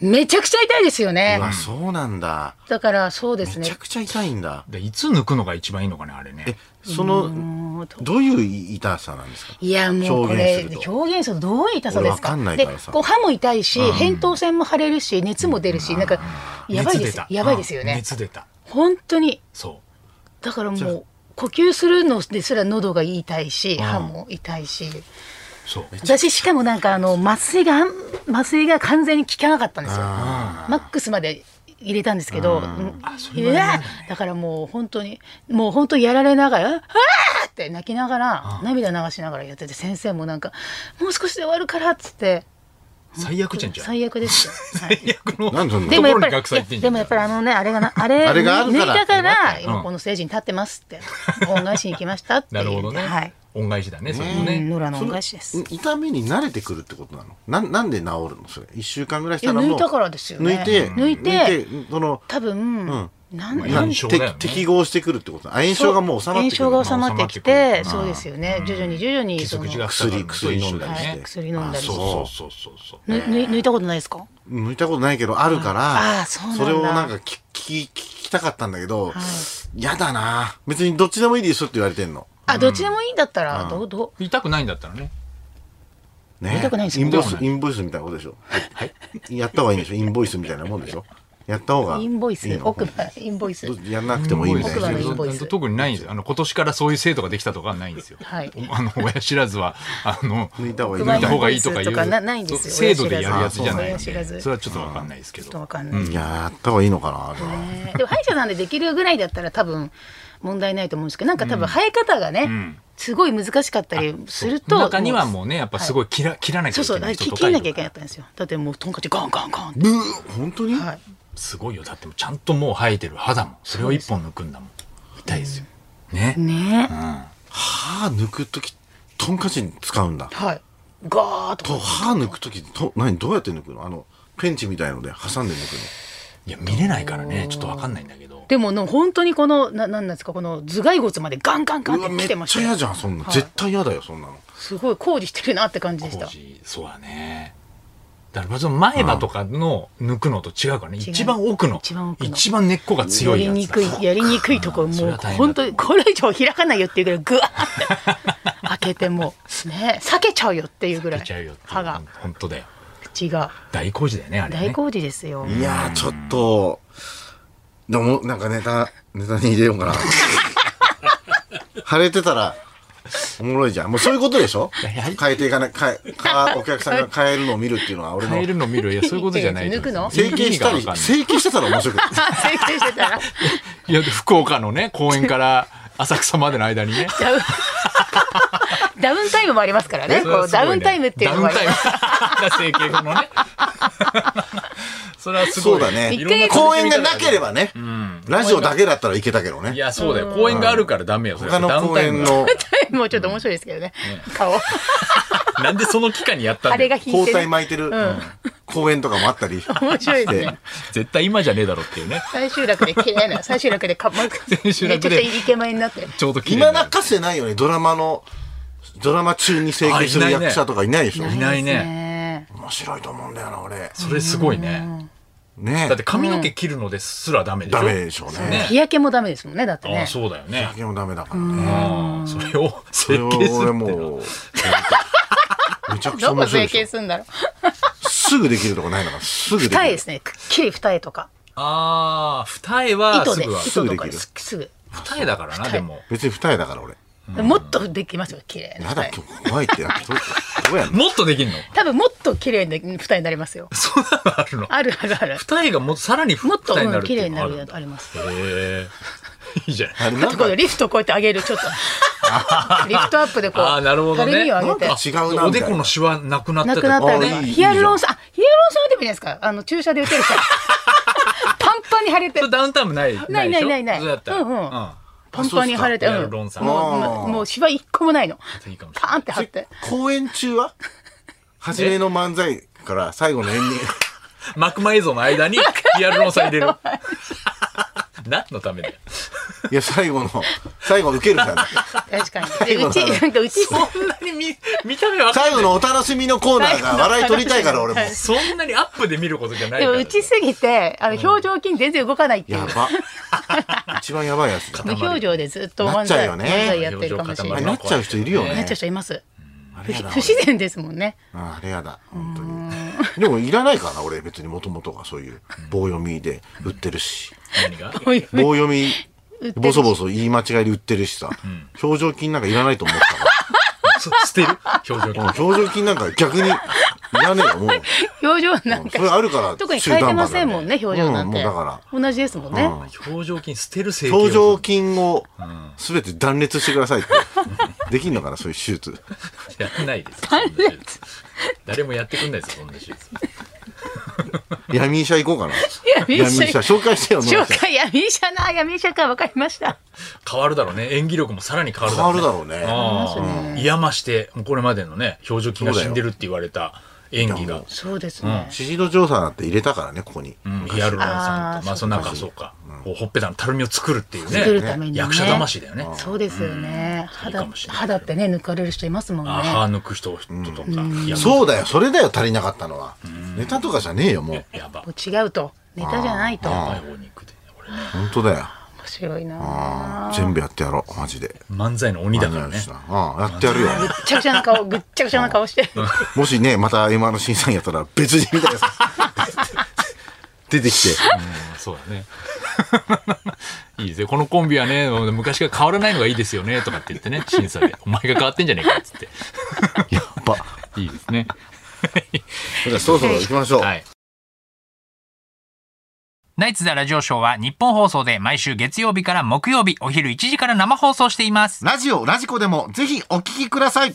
Speaker 4: めちゃくちゃ痛いですよね
Speaker 3: うわそうなんだ
Speaker 4: だからそうです
Speaker 3: めち
Speaker 4: ね
Speaker 3: ゃくちゃ痛いんだ
Speaker 2: ーでいつ抜くのが一番いいのかねあれね
Speaker 3: えそのどういう痛さなんですか
Speaker 4: いやもうこれ
Speaker 3: 表現すると
Speaker 4: 表現するとどういう痛さですか
Speaker 3: 俺わかんない
Speaker 4: で
Speaker 3: からさ
Speaker 4: こう歯も痛いし、扁桃腺も腫れるし熱も出るし、なんかやばいで
Speaker 2: 熱
Speaker 4: す
Speaker 2: 出た
Speaker 4: やばいですよ
Speaker 2: うん
Speaker 4: ね
Speaker 2: 熱出た
Speaker 4: 本当に
Speaker 2: そ
Speaker 4: だからもう呼吸するのですら喉が痛いし、歯も痛いし
Speaker 2: うそう
Speaker 4: 私しかもなんかあの麻酔があん麻酔が完全に効かなかったんですよマックスまで入れたんですけど、うん
Speaker 2: れは嫌だね
Speaker 4: うわだからもう本当にもう本当やられながら「ああ!」って泣きながら涙流しながらやってて先生もなんか「もう少しで終わるから」っつって
Speaker 2: 最悪じゃんじゃん
Speaker 4: 最悪で すよ。はい
Speaker 2: 最悪の
Speaker 3: なんでそんな
Speaker 4: でもやっぱ
Speaker 2: ところに学
Speaker 4: り、
Speaker 2: 祭行って
Speaker 4: い
Speaker 2: んじゃ
Speaker 4: やで
Speaker 2: ん
Speaker 4: もやっぱりあのね、あれ がな、あれ、
Speaker 3: あれがあるから
Speaker 4: 抜いたか
Speaker 3: う
Speaker 4: ら、
Speaker 3: ん
Speaker 4: 今このステージに立ってますって、恩返しに来ましたって い
Speaker 2: な
Speaker 4: う。
Speaker 2: るほどね、
Speaker 4: はい。
Speaker 2: 恩返しだねそれ
Speaker 4: う
Speaker 2: もね、
Speaker 4: ん、ノラの恩返しです。
Speaker 3: 痛みに慣れてくるってことなのなんなんで治るのそれ一週間ぐらいし
Speaker 4: いや、
Speaker 3: たらもう
Speaker 4: 抜いたからですよね。
Speaker 3: 抜いて
Speaker 4: 抜いて、
Speaker 3: その
Speaker 4: 多分、なん
Speaker 2: まあ
Speaker 3: な
Speaker 2: 炎症だよね
Speaker 3: て適合してくるってことなのあ炎症がもう収まってくる
Speaker 4: 炎症が収まってきて、
Speaker 2: まあ
Speaker 4: そうですよね。徐々に徐々に、
Speaker 2: 傷
Speaker 4: その、
Speaker 2: 口が
Speaker 4: ぬ
Speaker 2: 塞がる
Speaker 3: 薬薬飲んだり
Speaker 4: し
Speaker 2: ね
Speaker 4: てはい薬飲んだりして
Speaker 2: あそうそうそうそうそう
Speaker 4: ぬ抜いたことないですか
Speaker 3: 抜いたことないけどあるから
Speaker 4: あーそうなんだ
Speaker 3: れをなんか聞き聞き聞きたかったんだけどやだな別にどっちでもいいですよって言われてんの
Speaker 4: あ、どっちでもいいんだったら、どう、ど
Speaker 2: 痛くないんだったらね
Speaker 3: ね
Speaker 4: 言いたくないんです
Speaker 3: イ
Speaker 4: よ
Speaker 3: ンボイスインボイスみたいなことでしょはいやった方がいいんでしょインボイスみたいなもんでしょやった方が
Speaker 4: う、インボイス
Speaker 3: いい、の
Speaker 4: 奥歯、インボイス
Speaker 3: ど。うやんなくてもいいみたい
Speaker 4: 奥歯
Speaker 3: な
Speaker 4: のインボイス
Speaker 2: 特にないんですよあの今年からそういう制度ができたとかはないんですよ、
Speaker 4: はい
Speaker 2: あの親知らずはあの
Speaker 3: 抜いた方がいい
Speaker 2: 抜いた方がいいとか
Speaker 4: と
Speaker 2: いう
Speaker 4: かなないんですよ
Speaker 2: 制度でやるやつじゃないん
Speaker 4: 親知らず
Speaker 2: でそれはちょっとわかんないですけ
Speaker 4: ちょっと
Speaker 2: ど
Speaker 4: わかんない。
Speaker 3: いややった方がいいのかなあれは
Speaker 4: ねでも歯医者さんでできるぐらいだったら多分問題ないと思うんですけどなんか多分生え方がね、すごい難しかったりすると
Speaker 2: 中にはもうねやっぱすごい切ら,、切らなきゃ
Speaker 4: そう
Speaker 2: いけ
Speaker 4: そう
Speaker 2: ない人
Speaker 4: き
Speaker 2: とか
Speaker 4: 切んなきゃいけなかったんですよだってもうトンカチガンガンガンって、
Speaker 3: 本当に
Speaker 4: はい、
Speaker 2: すごいよだってもうちゃんともう生えてる肌もそれを一本抜くんだもん痛いですよね
Speaker 4: ねえ、
Speaker 3: 歯抜く時トンカチに使うんだ
Speaker 4: はいガーッと
Speaker 3: と歯抜く時と何どうやって抜くのあのペンチみたいので挟んで抜くの
Speaker 2: いや見れないからねちょっとわかんないんだけど
Speaker 4: でもの本当にこのななんなんですかこの頭蓋骨までガンガンガ
Speaker 3: う
Speaker 4: ン
Speaker 3: わ
Speaker 4: って
Speaker 3: め
Speaker 4: 来
Speaker 3: って
Speaker 4: まし
Speaker 3: ち
Speaker 4: た
Speaker 3: ゃ嫌
Speaker 4: よ
Speaker 3: じゃんそんな、
Speaker 4: はい
Speaker 3: 絶対嫌だよそんなの
Speaker 4: すごい工事してるなって感じでした
Speaker 2: 当時そうだねだからまず前歯とかの抜くのと違うからね、
Speaker 4: う
Speaker 2: 一番奥の
Speaker 4: 一番奥の
Speaker 2: 一番根っこが強い
Speaker 4: や
Speaker 2: や
Speaker 4: り
Speaker 2: つ
Speaker 4: に
Speaker 2: だ
Speaker 4: くいやりにくいところ
Speaker 2: そ
Speaker 4: も
Speaker 2: れ
Speaker 4: う
Speaker 2: は大変だ
Speaker 4: 本当にこれ以上開かないよっていうぐらいグワー って開けてもうね避けちゃうよっていうぐらい
Speaker 2: 出ちゃうよって
Speaker 4: 歯が
Speaker 2: 本当だよ
Speaker 4: 口が
Speaker 2: 大工事だよねあれね
Speaker 4: 大工事です よ。
Speaker 3: いやーちょっとでもなんかネタネタに入れようかな腫れてたらおもろいじゃんもうそういうことでしょ変えていかない変えかお客さんが変えるのを見るっていうのは俺の
Speaker 2: 変えるの見るいやそういうことじゃない
Speaker 4: 抜くの
Speaker 3: 整形したり
Speaker 2: 意味がわかんない
Speaker 3: 整形してたら面白くない
Speaker 4: 整形してたら
Speaker 2: いや福岡のね公園から浅草までの間にね
Speaker 4: ダウン ダウンタイムもありますからね。
Speaker 2: それ
Speaker 4: こ
Speaker 2: は
Speaker 4: う
Speaker 2: すごい
Speaker 4: ダ
Speaker 2: ね
Speaker 4: ウンタイムっていうのもあります。
Speaker 2: ダウンタイム整形後のね それは す
Speaker 3: そ
Speaker 2: ご
Speaker 3: う
Speaker 2: い
Speaker 3: だね
Speaker 4: 一回
Speaker 3: 公演がなければね、ラジオだけだったらいけたけど
Speaker 2: い
Speaker 3: ね
Speaker 2: やそうだよ公園があるからダメよそれ
Speaker 3: 他の
Speaker 2: ダウン
Speaker 3: 公
Speaker 2: タイム
Speaker 3: 演
Speaker 2: が
Speaker 3: の
Speaker 4: もうちょっと面白いですけどね。顔
Speaker 2: なんでその期間にやったん
Speaker 4: あ
Speaker 2: だ
Speaker 4: れが
Speaker 2: よ
Speaker 4: 引
Speaker 3: 包
Speaker 4: いて
Speaker 3: 帯
Speaker 4: る。
Speaker 3: 巻いてる公演とかもあった り
Speaker 4: 面白いです
Speaker 3: で
Speaker 4: ね。
Speaker 2: 絶対今じゃねえだろっていうね
Speaker 4: 最終楽で綺麗な最終楽でかっこよく め
Speaker 2: 最
Speaker 4: ち
Speaker 2: 終
Speaker 4: ゃく
Speaker 2: 楽
Speaker 4: ち
Speaker 2: で
Speaker 4: ゃイケメンになって。
Speaker 2: ちょうど綺麗
Speaker 3: 今
Speaker 2: にな
Speaker 3: 泣
Speaker 2: る
Speaker 3: かせないよねドラマのドラマ中に整形す
Speaker 2: あいな
Speaker 3: る
Speaker 2: いね
Speaker 3: 役者とかいないでしょ
Speaker 2: いないね
Speaker 4: ねえ
Speaker 3: 面白いと思うんだよな俺
Speaker 2: それすごいね
Speaker 3: ね
Speaker 2: だって髪の毛切るのですらダメでしょ
Speaker 3: ダメでしょうね
Speaker 4: 日焼けもダメですもんねだって
Speaker 2: あ
Speaker 4: ね
Speaker 2: あ。そうだよね
Speaker 3: 酒もダメだからね
Speaker 2: ああそれを
Speaker 3: そ
Speaker 2: 設
Speaker 3: れを
Speaker 2: 計する
Speaker 3: 俺
Speaker 2: っていうのは
Speaker 3: もうめちゃくちゃ
Speaker 4: ど
Speaker 3: 面
Speaker 4: こ
Speaker 3: 白い
Speaker 4: 整
Speaker 3: でし
Speaker 4: 形
Speaker 3: ょ
Speaker 4: するんだろう。
Speaker 3: すぐできるとこないのからすぐで
Speaker 4: 二
Speaker 3: き
Speaker 4: 重で
Speaker 3: る
Speaker 4: すね。くっきり二重とか
Speaker 2: ああ二重は
Speaker 4: 糸
Speaker 2: す
Speaker 4: で
Speaker 2: ぐは
Speaker 4: 糸と
Speaker 3: すぐ
Speaker 4: か
Speaker 3: できる
Speaker 4: すすぐ。
Speaker 2: 二重だからな
Speaker 4: 重
Speaker 2: でも
Speaker 3: 別に二重だから俺
Speaker 4: もっとできますよ綺麗な
Speaker 3: や
Speaker 4: 二
Speaker 3: だ
Speaker 4: 重。
Speaker 3: 今日怖いってやっどどうやんの
Speaker 2: もっとできんの
Speaker 4: 多分もっと綺麗な二重になりますよ。
Speaker 2: そんなのあるの
Speaker 4: あるあるある。
Speaker 2: 二重がもうさらに
Speaker 4: もっと
Speaker 2: 二重になるっ
Speaker 4: うん
Speaker 2: て
Speaker 4: 綺
Speaker 2: い
Speaker 4: 麗
Speaker 2: う
Speaker 4: に
Speaker 2: のが
Speaker 4: な
Speaker 2: ある
Speaker 4: る
Speaker 2: ん
Speaker 4: やつ
Speaker 2: だ
Speaker 4: あ
Speaker 2: へ
Speaker 4: ります。
Speaker 2: えいいじゃない
Speaker 3: あれ
Speaker 4: あ
Speaker 3: なん
Speaker 4: と
Speaker 3: か
Speaker 4: このリフトこうやって上げるちょ っとリフトアップでこ
Speaker 2: ああ
Speaker 4: う
Speaker 2: なるほど
Speaker 4: た
Speaker 2: ね
Speaker 4: るみを上げて
Speaker 3: なんか違うなみたいな
Speaker 2: おでこのシワなくなった
Speaker 4: な
Speaker 2: と
Speaker 4: く
Speaker 2: か
Speaker 4: なった
Speaker 3: あ
Speaker 4: り
Speaker 3: いいいい
Speaker 4: ヒアルロン酸あヒアルロン酸はでもいいですかあの注射で打て るからパンパンに腫れて
Speaker 2: それダウンタイムない
Speaker 4: ない
Speaker 2: でしょ
Speaker 4: ないないない
Speaker 2: そうだったら
Speaker 4: うんうん
Speaker 2: あ
Speaker 4: パンパンに腫れて
Speaker 2: そうっすかヒア
Speaker 4: う
Speaker 2: ルロン
Speaker 4: ん
Speaker 2: 酸
Speaker 4: もうもうシワ一個もないの
Speaker 2: いいかもしれない
Speaker 4: パーンって貼って
Speaker 3: 公演中は初めの漫才 から最後の演技
Speaker 2: 幕間映像の間にヒアルロン酸入れる 何のためだよ。
Speaker 3: いや、最後の、最後受けるじゃん。
Speaker 4: 確かに。
Speaker 3: 最
Speaker 4: で
Speaker 3: 後
Speaker 4: う
Speaker 3: の
Speaker 4: ち、なんかうち、
Speaker 2: そんなに見、見た目わかん
Speaker 3: 最
Speaker 2: な
Speaker 3: 後
Speaker 2: い。
Speaker 3: のお楽しみのコーナーが笑い取りたいから、俺も。
Speaker 2: そんなにアップで見ることじゃない
Speaker 4: で
Speaker 2: か
Speaker 4: も
Speaker 2: ら。
Speaker 4: 打ちすぎて、あの、表情筋全然動かないっていう
Speaker 3: や。ば。一番やばいやつだ。
Speaker 4: 無表情でずっと
Speaker 3: な
Speaker 4: 漫
Speaker 3: っちゃう
Speaker 4: 才
Speaker 3: よ
Speaker 4: 漫
Speaker 3: ね
Speaker 4: 才やってるかもしれ
Speaker 3: あ
Speaker 4: な
Speaker 3: れ
Speaker 4: い。
Speaker 3: なっちゃう人いるよ
Speaker 4: なっ
Speaker 3: ね
Speaker 4: ちゃう。人います。
Speaker 3: あ
Speaker 4: 不
Speaker 3: れやだ
Speaker 4: 不自然ですもんね。
Speaker 3: ああれやだ本当にでもいらないから俺別にもともとがそういう棒読みで売ってるし
Speaker 2: 何が
Speaker 4: こういう
Speaker 3: 棒読み
Speaker 4: ってる
Speaker 3: ボソボソ言い間違いで売ってるしさ、表情筋なんかいらないと思ったか
Speaker 2: そ捨てる表情 筋。
Speaker 3: ら表情筋なんか逆にいらねえよもう
Speaker 4: 表情なん
Speaker 3: それ
Speaker 4: か、
Speaker 3: あるから
Speaker 4: 特に変えてませんもんね、
Speaker 3: 集団
Speaker 4: 表
Speaker 3: 馬だ
Speaker 4: 情な
Speaker 3: よ
Speaker 4: ん
Speaker 3: う
Speaker 4: て
Speaker 3: もうだか。
Speaker 4: 同じですもんね。
Speaker 2: 表情筋捨てる整
Speaker 3: ら
Speaker 2: 形
Speaker 3: 表情筋を全て断裂してくだ さいってできんのかなそういう手術
Speaker 2: やんないです。そんな手術誰もやってくんないですよ、そんな手術。
Speaker 3: 闇医者行こうかな
Speaker 4: 闇医者
Speaker 3: 紹介してよ野
Speaker 4: 紹
Speaker 3: 村さん
Speaker 4: 介闇医者な闇医者かわかりました。
Speaker 2: 変わるだろうね。演技力もさらに変わるだ
Speaker 3: 変
Speaker 2: ろ
Speaker 3: わ
Speaker 2: うね
Speaker 3: る。だろうね
Speaker 2: ああうんいやまして、もうこれまでのね、表情筋が死んでるって言われた演技が。
Speaker 4: そうですね。
Speaker 3: シシド調査なんて入れたからねここに、
Speaker 2: うんヒアルロン酸
Speaker 4: あー
Speaker 2: と、まあ、その中、そうか、こうほっぺたのたるみを作るっていう
Speaker 4: 作るため
Speaker 2: ね
Speaker 4: に、ね
Speaker 2: 役者魂だよね。
Speaker 4: そうですよね。
Speaker 2: いい
Speaker 4: 肌
Speaker 2: かもしれない
Speaker 4: 肌ってね抜かれる人いますもんね。
Speaker 2: あ歯抜く人人とか、いや
Speaker 3: そうだよ、それだよ、足りなかったのは。ネタとかじゃねえよ、もう。
Speaker 2: やば。
Speaker 4: もう違うとネタじゃないと面
Speaker 2: やばい方に行くで、俺ね。
Speaker 3: 本当だよ。
Speaker 4: 白いな。
Speaker 3: あー全部やってやろう、マジで。
Speaker 2: 漫才の鬼だから
Speaker 3: 何
Speaker 2: ね
Speaker 3: 々。したうんやってやるよ。
Speaker 4: ぐっちゃぐちゃな顔ぐっちゃぐちゃな顔して。
Speaker 3: もしね、また M の審査員やったら別人みたいなやつ出てきて。
Speaker 2: うんそうだね。 いいですよ。このコンビはね、昔から変わらないのがいいですよね、とかって言ってね、審査で。お前が変わってんじゃねえか、っつって。
Speaker 3: やっぱ。
Speaker 2: いいですね。
Speaker 3: じゃあそろそろ行きましょう。
Speaker 2: はい。ナイツザラジオショーは日本放送で毎週月曜日から木曜日お昼1時から生放送しています。
Speaker 3: ラジオ、ラジコでもぜひお聞きください。